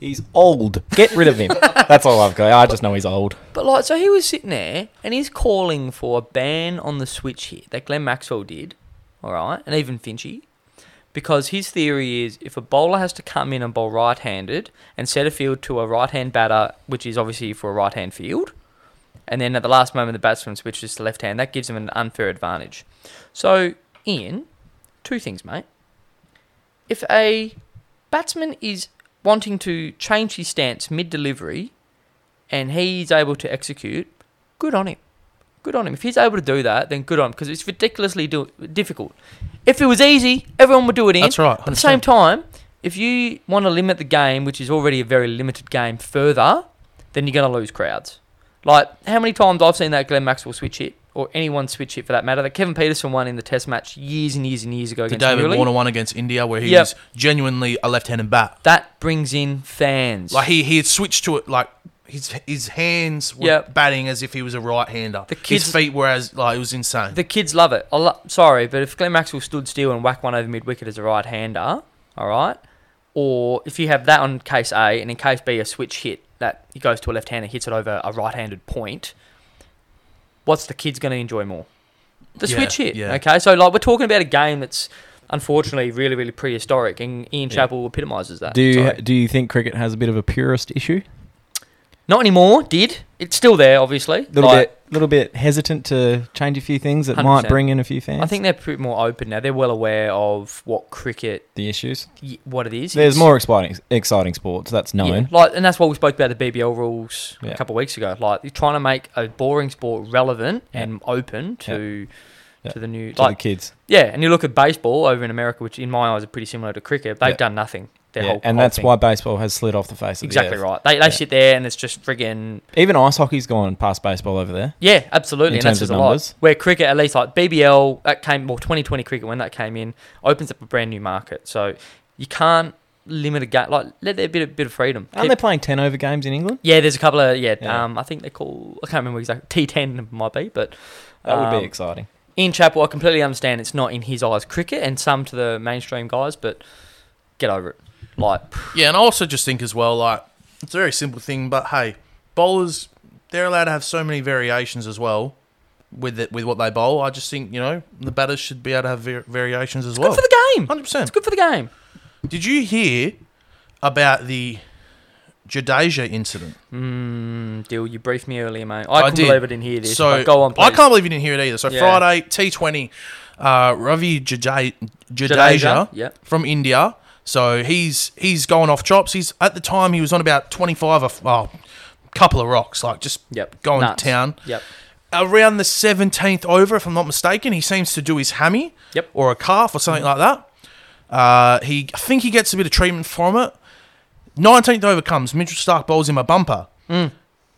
[SPEAKER 4] He's old. Get rid of him. That's all I've got. I just know he's old.
[SPEAKER 2] But like, so he was sitting there and he's calling for a ban on the switch here that Glenn Maxwell did, all right, and even Finchie, because his theory is if a bowler has to come in and bowl right-handed and set a field to a right-hand batter, which is obviously for a right-hand field, and then at the last moment the batsman switches to left hand, that gives him an unfair advantage. So, Ian, two things, mate. If a batsman is wanting to change his stance mid-delivery and he's able to execute, good on him. Good on him. If he's able to do that, then good on him because it's ridiculously do- difficult. If it was easy, everyone would do it in.
[SPEAKER 1] That's right,
[SPEAKER 2] But At the
[SPEAKER 1] 100%.
[SPEAKER 2] same time, if you want to limit the game, which is already a very limited game, further, then you're going to lose crowds. Like, how many times I've seen that Glenn Maxwell switch hit, or anyone switch hit for that matter, that Kevin Peterson won in the test match years and years and years ago
[SPEAKER 1] The
[SPEAKER 2] against
[SPEAKER 1] David
[SPEAKER 2] Murley.
[SPEAKER 1] Warner one against India, where he
[SPEAKER 2] Yep.
[SPEAKER 1] was genuinely a left-handed bat.
[SPEAKER 2] That brings in fans.
[SPEAKER 1] Like he he had switched to it like his his hands were
[SPEAKER 2] Yep.
[SPEAKER 1] batting as if he was a right hander.
[SPEAKER 2] The
[SPEAKER 1] his
[SPEAKER 2] kids-
[SPEAKER 1] feet were as like it was insane.
[SPEAKER 2] The kids love it. I lo- sorry, but if Glenn Maxwell stood still and whacked one over mid wicket as a right hander, all right, or if you have that on case A and in case B a switch hit that he goes to a left hander hits it over a right handed point, what's the kids going to enjoy more? The
[SPEAKER 1] Yeah,
[SPEAKER 2] switch hit.
[SPEAKER 1] yeah.
[SPEAKER 2] Okay, so like we're talking about a game that's unfortunately really really prehistoric, and Ian Chappell epitomises that.
[SPEAKER 3] Do you,
[SPEAKER 2] Sorry.
[SPEAKER 3] do you think cricket has a bit of a purist issue?
[SPEAKER 2] Not anymore. Did it's still there? Obviously,
[SPEAKER 3] Little
[SPEAKER 2] Like,
[SPEAKER 3] bit, little bit hesitant to change a few things that might
[SPEAKER 2] 100%.
[SPEAKER 3] bring in a few fans.
[SPEAKER 2] I think they're pretty more open now. They're well aware of what cricket,
[SPEAKER 3] the issues.
[SPEAKER 2] y- what it is.
[SPEAKER 3] There's
[SPEAKER 2] It's-
[SPEAKER 3] more exciting, exciting sports. That's
[SPEAKER 2] Yeah,
[SPEAKER 3] known.
[SPEAKER 2] like, and that's why we spoke about the BBL rules
[SPEAKER 3] Yeah.
[SPEAKER 2] a couple of weeks ago. Like, you're trying to make a boring sport relevant
[SPEAKER 3] Yeah.
[SPEAKER 2] and open to
[SPEAKER 3] Yeah.
[SPEAKER 2] to the new.
[SPEAKER 3] To
[SPEAKER 2] like,
[SPEAKER 3] the kids,
[SPEAKER 2] yeah, and you look at baseball over in America, which in my eyes are pretty similar to cricket. They've
[SPEAKER 3] Yeah.
[SPEAKER 2] done nothing. Their
[SPEAKER 3] Yeah,
[SPEAKER 2] whole
[SPEAKER 3] and
[SPEAKER 2] whole
[SPEAKER 3] that's
[SPEAKER 2] thing.
[SPEAKER 3] why baseball has slid off the face of
[SPEAKER 2] exactly
[SPEAKER 3] the earth.
[SPEAKER 2] right. They they
[SPEAKER 3] Yeah.
[SPEAKER 2] sit there and it's just friggin'
[SPEAKER 3] Even ice hockey's gone past baseball over there.
[SPEAKER 2] Yeah, absolutely.
[SPEAKER 3] In
[SPEAKER 2] and that's
[SPEAKER 3] terms
[SPEAKER 2] just
[SPEAKER 3] of
[SPEAKER 2] a
[SPEAKER 3] numbers.
[SPEAKER 2] lot. Where cricket, at least like BBL, that came well, 2020 cricket when that came in, opens up a brand new market. So you can't limit a game. Like let there be a bit of freedom.
[SPEAKER 3] Aren't
[SPEAKER 2] Keep-
[SPEAKER 3] they playing ten over games in England?
[SPEAKER 2] Yeah, there's a couple of yeah.
[SPEAKER 3] Yeah.
[SPEAKER 2] Um, I think they call I can't remember exactly T ten might be, but
[SPEAKER 3] That would
[SPEAKER 2] um,
[SPEAKER 3] be exciting.
[SPEAKER 2] Ian Chappell. I completely understand it's not in his eyes cricket, and some to the mainstream guys, but get over it. Like
[SPEAKER 1] yeah, and I also just think as well like it's a very simple thing, but hey, bowlers they're allowed to have so many variations as well with it, with what they bowl. I just think you know the batters should be able to have var- variations as well.
[SPEAKER 2] good for the game.
[SPEAKER 1] Oh. Hundred percent.
[SPEAKER 2] It's good for the game.
[SPEAKER 1] Did you hear about the Jadeja incident?
[SPEAKER 2] Mm, deal. You briefed me earlier, mate. I,
[SPEAKER 1] I
[SPEAKER 2] couldn't
[SPEAKER 1] did.
[SPEAKER 2] believe I didn't hear this.
[SPEAKER 1] So
[SPEAKER 2] but go on. Please.
[SPEAKER 1] I can't believe you didn't hear it either. So
[SPEAKER 2] Yeah.
[SPEAKER 1] Friday, T Twenty, uh, Ravi Jadeja,
[SPEAKER 2] Jadeja,
[SPEAKER 1] Jadeja
[SPEAKER 2] yep.
[SPEAKER 1] from India. So he's he's going off chops. He's at the time he was on about twenty five of oh, couple of rocks, like just
[SPEAKER 2] Yep.
[SPEAKER 1] going
[SPEAKER 2] Nuts.
[SPEAKER 1] to town.
[SPEAKER 2] Yep.
[SPEAKER 1] Around the seventeenth over, if I'm not mistaken, he seems to do his hammy
[SPEAKER 2] Yep.
[SPEAKER 1] or a calf or something like that. Uh, he I think he gets a bit of treatment from it. Nineteenth over comes, Mitchell Stark bowls him a bumper
[SPEAKER 2] Mm.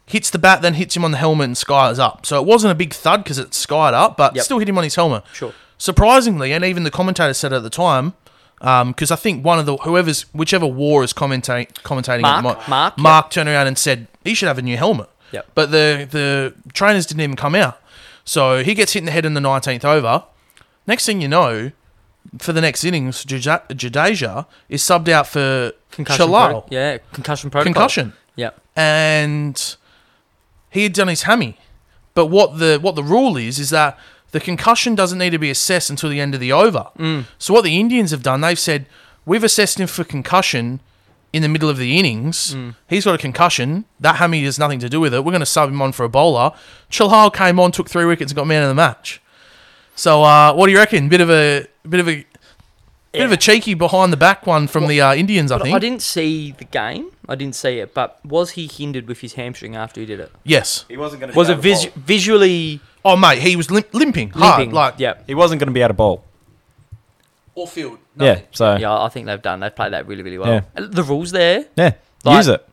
[SPEAKER 1] hits the bat, then hits him on the helmet and skies up. So it wasn't a big thud because it skied up, but
[SPEAKER 2] Yep.
[SPEAKER 1] still hit him on his helmet.
[SPEAKER 2] Sure.
[SPEAKER 1] Surprisingly, and even the commentator said at the time, because I think one of the whoever's whichever war is commentating commentating at the
[SPEAKER 2] Mark,
[SPEAKER 1] moment,
[SPEAKER 2] Mark, yep.
[SPEAKER 1] Mark turned around and said he should have a new helmet.
[SPEAKER 2] Yep.
[SPEAKER 1] But the the trainers didn't even come out, so he gets hit in the head in the nineteenth over. Next thing you know, for the next innings, Jaja- Jadeja is subbed out for
[SPEAKER 2] Concussion.
[SPEAKER 1] Chalal.
[SPEAKER 2] pro- yeah. Concussion protocol.
[SPEAKER 1] concussion
[SPEAKER 2] Yep.
[SPEAKER 1] and he had done his hammy. But what the what the rule is is that the concussion doesn't need to be assessed until the end of the over.
[SPEAKER 2] Mm.
[SPEAKER 1] So what the Indians have done, they've said we've assessed him for concussion in the middle of the innings.
[SPEAKER 2] Mm.
[SPEAKER 1] He's got a concussion. That hammy has nothing to do with it. We're going to sub him on for a bowler. Chilhal came on, took three wickets, and got man of the match. So uh, what do you reckon? Bit of a bit of a bit of a cheeky behind the back one from the uh, Indians, I
[SPEAKER 2] But
[SPEAKER 1] think.
[SPEAKER 2] I didn't see the game. I didn't see it. But was he hindered with his hamstring after he did it?
[SPEAKER 1] yes.
[SPEAKER 4] He wasn't going
[SPEAKER 2] Was it visu- visually
[SPEAKER 1] Oh mate, he was limp- limping,
[SPEAKER 2] limping?
[SPEAKER 1] hard, like
[SPEAKER 2] yeah,
[SPEAKER 4] He wasn't going to be able to bowl.
[SPEAKER 1] or field.
[SPEAKER 3] Yeah, so yeah,
[SPEAKER 2] yeah. I think they've done. They've played that really, really well. The rules there. Like-
[SPEAKER 3] use it.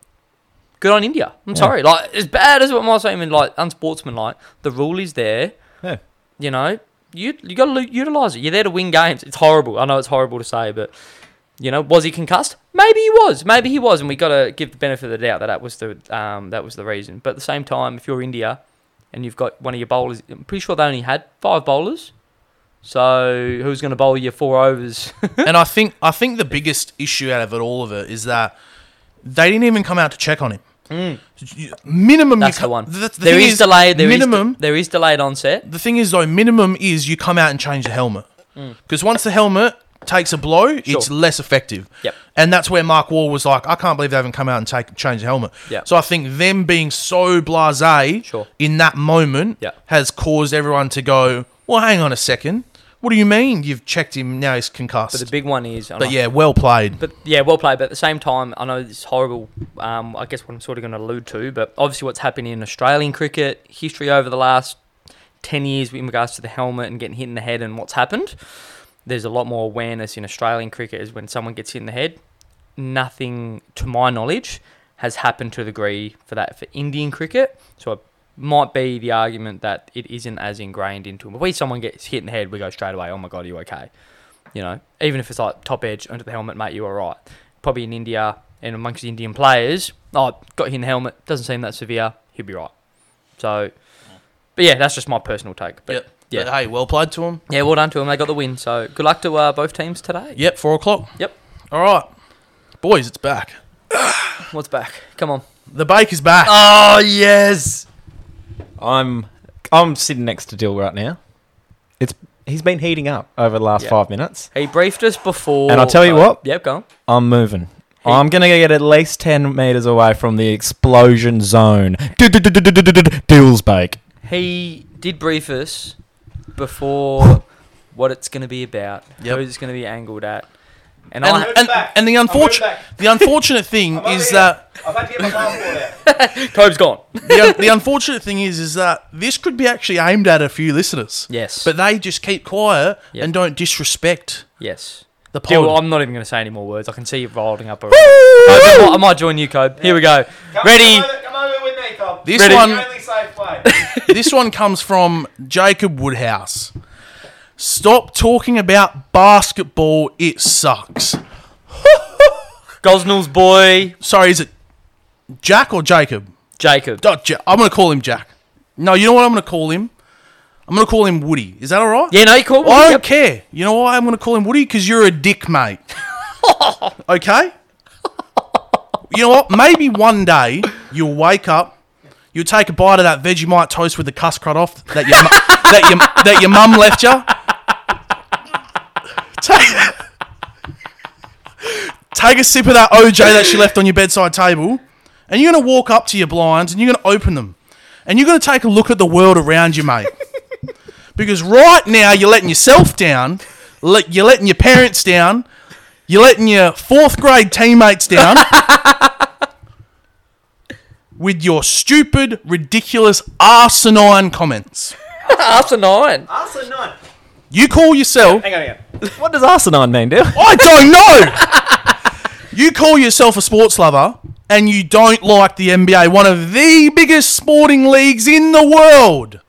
[SPEAKER 2] Good on India. I'm sorry. Like as bad as what my statement, like unsportsmanlike. The rule is there.
[SPEAKER 3] Yeah.
[SPEAKER 2] You know, you you got to utilize it. You're there to win games. It's horrible. I know it's horrible to say, but you know, was he concussed? Maybe he was. Maybe he was, and we got to give the benefit of the doubt that that was the um, that was the reason. But at the same time, if you're India and you've got one of your bowlers, I'm pretty sure they only had five bowlers. So who's going to bowl your four overs?
[SPEAKER 1] and I think I think the biggest issue out of it, all of it, is that they didn't even come out to check on him. You- Minimum,
[SPEAKER 2] Mm. That's
[SPEAKER 1] you
[SPEAKER 2] the
[SPEAKER 1] co-
[SPEAKER 2] one.
[SPEAKER 1] That's the
[SPEAKER 2] there
[SPEAKER 1] thing
[SPEAKER 2] is, delay. There is de-
[SPEAKER 1] minimum.
[SPEAKER 2] there is delayed onset.
[SPEAKER 1] the thing is though, minimum is you come out and change the helmet because once the helmet takes a blow, it's
[SPEAKER 2] Mm. Sure.
[SPEAKER 1] less effective.
[SPEAKER 2] Yep.
[SPEAKER 1] And that's where Mark Wall was like, I can't believe they haven't come out and take change the helmet.
[SPEAKER 2] Yep.
[SPEAKER 1] So I think them being so blasé
[SPEAKER 2] Sure.
[SPEAKER 1] in that moment
[SPEAKER 2] Yep.
[SPEAKER 1] has caused everyone to go, well, hang on a second. What do you mean you've checked him now he's concussed?
[SPEAKER 2] But
[SPEAKER 1] But,
[SPEAKER 2] the big one is. and I-
[SPEAKER 1] yeah, well played.
[SPEAKER 2] But yeah, well played. But at the same time, I know it's horrible. Um, I guess what I'm sort of going to allude to, but obviously what's happened in Australian cricket history over the last ten years in regards to the helmet and getting hit in the head and what's happened. There's a lot more awareness in Australian cricket is when someone gets hit in the head. Nothing, to my knowledge, has happened to the degree for that for Indian cricket. So it might be the argument that it isn't as ingrained into them. If we someone gets hit in the head, we go straight away, "Oh my god, are you okay?" you know, even if it's like top edge under the helmet, mate, you were right. Probably in India and amongst the Indian players, oh, got hit in the helmet, doesn't seem that severe, he'll be right. So, but yeah, that's just my personal take. But
[SPEAKER 1] Yep.
[SPEAKER 2] yeah.
[SPEAKER 1] But hey, well played to him.
[SPEAKER 2] yeah, well done to him. They got the win. So good luck to uh, both teams today.
[SPEAKER 1] Yep, four o'clock.
[SPEAKER 2] Yep.
[SPEAKER 1] All right. Boys, it's back.
[SPEAKER 2] What's back? Come on.
[SPEAKER 1] The bake is back.
[SPEAKER 2] Oh, yes.
[SPEAKER 3] I'm
[SPEAKER 4] I'm sitting next to Dill right now. It's he's been heating up over the last
[SPEAKER 2] Yeah.
[SPEAKER 4] five minutes.
[SPEAKER 2] He briefed us before.
[SPEAKER 4] And I'll tell you what.
[SPEAKER 2] Yep, go on.
[SPEAKER 4] I'm moving. I'm gonna get at least ten meters away from the explosion zone. Dill's bake.
[SPEAKER 2] He did brief us before what it's going to be about,
[SPEAKER 1] Yep.
[SPEAKER 2] who's it's going to be angled at. And,
[SPEAKER 1] and,
[SPEAKER 2] I,
[SPEAKER 1] and,
[SPEAKER 3] back.
[SPEAKER 1] and the unfortunate
[SPEAKER 3] back.
[SPEAKER 1] the unfortunate thing is that
[SPEAKER 3] I've had to get my passport out.
[SPEAKER 2] Cobe's gone.
[SPEAKER 1] the, un- the unfortunate thing is is that this could be actually aimed at a few listeners.
[SPEAKER 2] Yes.
[SPEAKER 1] But they just keep quiet
[SPEAKER 2] Yep.
[SPEAKER 1] and don't disrespect
[SPEAKER 2] yes.
[SPEAKER 1] the pod.
[SPEAKER 2] Dude, well, I'm not even going to say any more words. I can see you rolling up already. Cobe, I might- I might join you, Cobe. Here we go. Ready?
[SPEAKER 3] Come over with me, Cobb.
[SPEAKER 1] This Ready? one-
[SPEAKER 3] only safe way.
[SPEAKER 1] this one comes from Jacob Woodhouse. Stop talking about basketball. It sucks.
[SPEAKER 2] Gosnell's boy,
[SPEAKER 1] Sorry, is it Jack or Jacob?
[SPEAKER 2] Jacob.
[SPEAKER 1] Oh, Ja- I'm going to call him Jack. No, you know what I'm going to call him? I'm going to call him Woody. Is that all right?
[SPEAKER 2] Yeah, no, you called me.
[SPEAKER 1] I don't
[SPEAKER 2] Yep.
[SPEAKER 1] care. You know why I'm going to call him Woody? Because you're a dick, mate. okay? You know what? Maybe one day you'll wake up, you'll take a bite of that Vegemite toast with the cuss crud off that your, mu- that your, that your mum left you. Take, take a sip of that OJ that she left on your bedside table, and you're going to walk up to your blinds and you're going to open them. And you're going to take a look at the world around you, mate. Because right now you're letting yourself down, let, you're letting your parents down, you're letting your fourth grade teammates down with your stupid, ridiculous, arsenine comments.
[SPEAKER 2] After nine.
[SPEAKER 3] Arsenal nine.
[SPEAKER 1] You call yourself.
[SPEAKER 3] Hang on, hang on.
[SPEAKER 4] What does arsenine mean, Dill?
[SPEAKER 1] I don't know! You call yourself a sports lover and you don't like the NBA, one of the biggest sporting leagues in the world.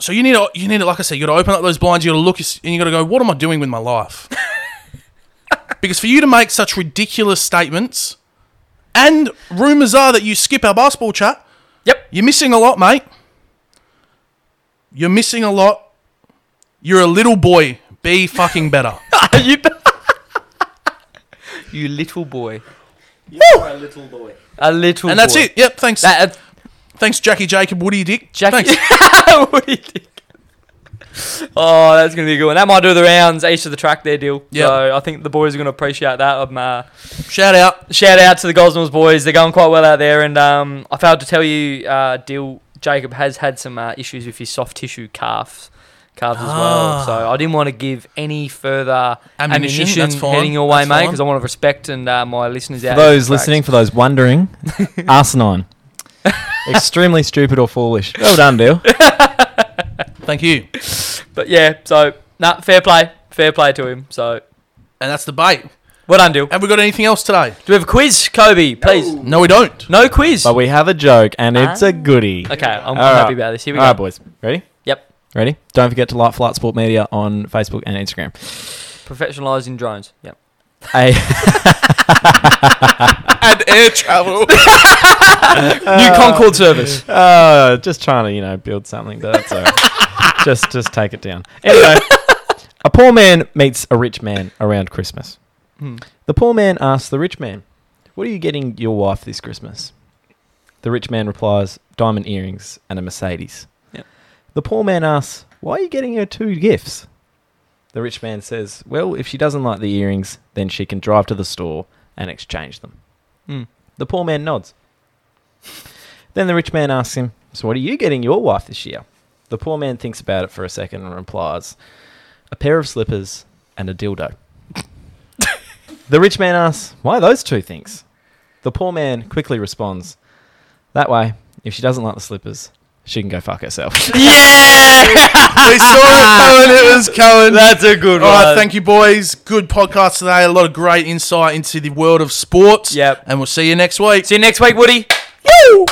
[SPEAKER 1] So you need to, you need to, like I said, you got to open up those blinds. You got to look, and you got to go. What am I doing with my life? because for you to make such ridiculous statements, and rumors are that you skip our basketball chat.
[SPEAKER 2] Yep.
[SPEAKER 1] You're missing a lot, mate. You're missing a lot. You're a little boy. Be fucking better.
[SPEAKER 2] you, you little boy.
[SPEAKER 3] You're a little boy.
[SPEAKER 2] A little
[SPEAKER 1] and that's
[SPEAKER 2] boy.
[SPEAKER 1] it. Yep. Thanks.
[SPEAKER 2] That, uh,
[SPEAKER 1] Thanks, Jackie Jacob Woody Dick.
[SPEAKER 2] Jackie.
[SPEAKER 1] Thanks.
[SPEAKER 2] What do you think? Oh, that's going to be a good one. That might do the rounds each of the track there, deal.
[SPEAKER 1] Yep.
[SPEAKER 2] So I think the boys are going to appreciate that. I'm, uh,
[SPEAKER 1] Shout out.
[SPEAKER 2] Shout out to the Gosnells boys. They're going quite well out there. And um, I failed to tell you, uh, Dill Jacob has had some uh, issues with his soft tissue calves, calves as well.
[SPEAKER 1] Ah.
[SPEAKER 2] So I didn't want to give any further
[SPEAKER 1] Ammunition,
[SPEAKER 2] ammunition,
[SPEAKER 1] that's fine,
[SPEAKER 2] heading your way,
[SPEAKER 1] that's
[SPEAKER 2] mate,
[SPEAKER 1] fine.
[SPEAKER 2] because I want to respect and uh, my listeners
[SPEAKER 4] For
[SPEAKER 2] out. there
[SPEAKER 4] those
[SPEAKER 2] respect.
[SPEAKER 4] listening, for those wondering, arsenine. Extremely stupid or foolish. Well done, Dill.
[SPEAKER 1] Thank you.
[SPEAKER 2] But yeah, so nah, fair play, fair play to him. So
[SPEAKER 1] And that's the bait.
[SPEAKER 2] well done, Dill. Do
[SPEAKER 1] Have we got anything else today?
[SPEAKER 2] we have a quiz, Kobe? Please, no,
[SPEAKER 1] No, we don't.
[SPEAKER 2] quiz.
[SPEAKER 4] Oh. But we have a joke, and it's
[SPEAKER 2] Ah.
[SPEAKER 4] a goodie.
[SPEAKER 2] Okay, I'm, I'm
[SPEAKER 4] All
[SPEAKER 2] happy
[SPEAKER 4] right.
[SPEAKER 2] about this. Here
[SPEAKER 4] All
[SPEAKER 2] we go.
[SPEAKER 4] right, boys. Ready?
[SPEAKER 2] Yep.
[SPEAKER 3] Ready? Don't forget to like Flight Sport Media on Facebook and Instagram.
[SPEAKER 2] Professionalising drones. Yep.
[SPEAKER 3] A
[SPEAKER 1] and air travel.
[SPEAKER 2] New Concord service.
[SPEAKER 3] Uh, just trying to, you know, build something. But that's all right. just, just take it down. Anyway, a poor man meets a rich man around Christmas.
[SPEAKER 2] Hmm.
[SPEAKER 3] The poor man asks the rich man, What are you getting your wife this Christmas? The rich man replies, Diamond earrings and a Mercedes.
[SPEAKER 2] Yep.
[SPEAKER 3] The poor man asks, Why are you getting her two gifts? The rich man says, Well, if she doesn't like the earrings, then she can drive to the store and exchange them.
[SPEAKER 2] Hmm.
[SPEAKER 3] The poor man nods. Then the rich man asks him, So what are you getting your wife this year? The poor man thinks about it for a second and replies, A pair of slippers and a dildo. the rich man asks, Why those two things? The poor man quickly responds, That way, if she doesn't like the slippers, she can go fuck herself.
[SPEAKER 1] we saw it coming. It was coming.
[SPEAKER 2] That's a good
[SPEAKER 1] All right, thank you, boys. Good podcast today. A lot of great insight into the world of sports.
[SPEAKER 2] Yep.
[SPEAKER 1] And we'll see you next week.
[SPEAKER 2] See you next week, Woody.
[SPEAKER 1] Woo!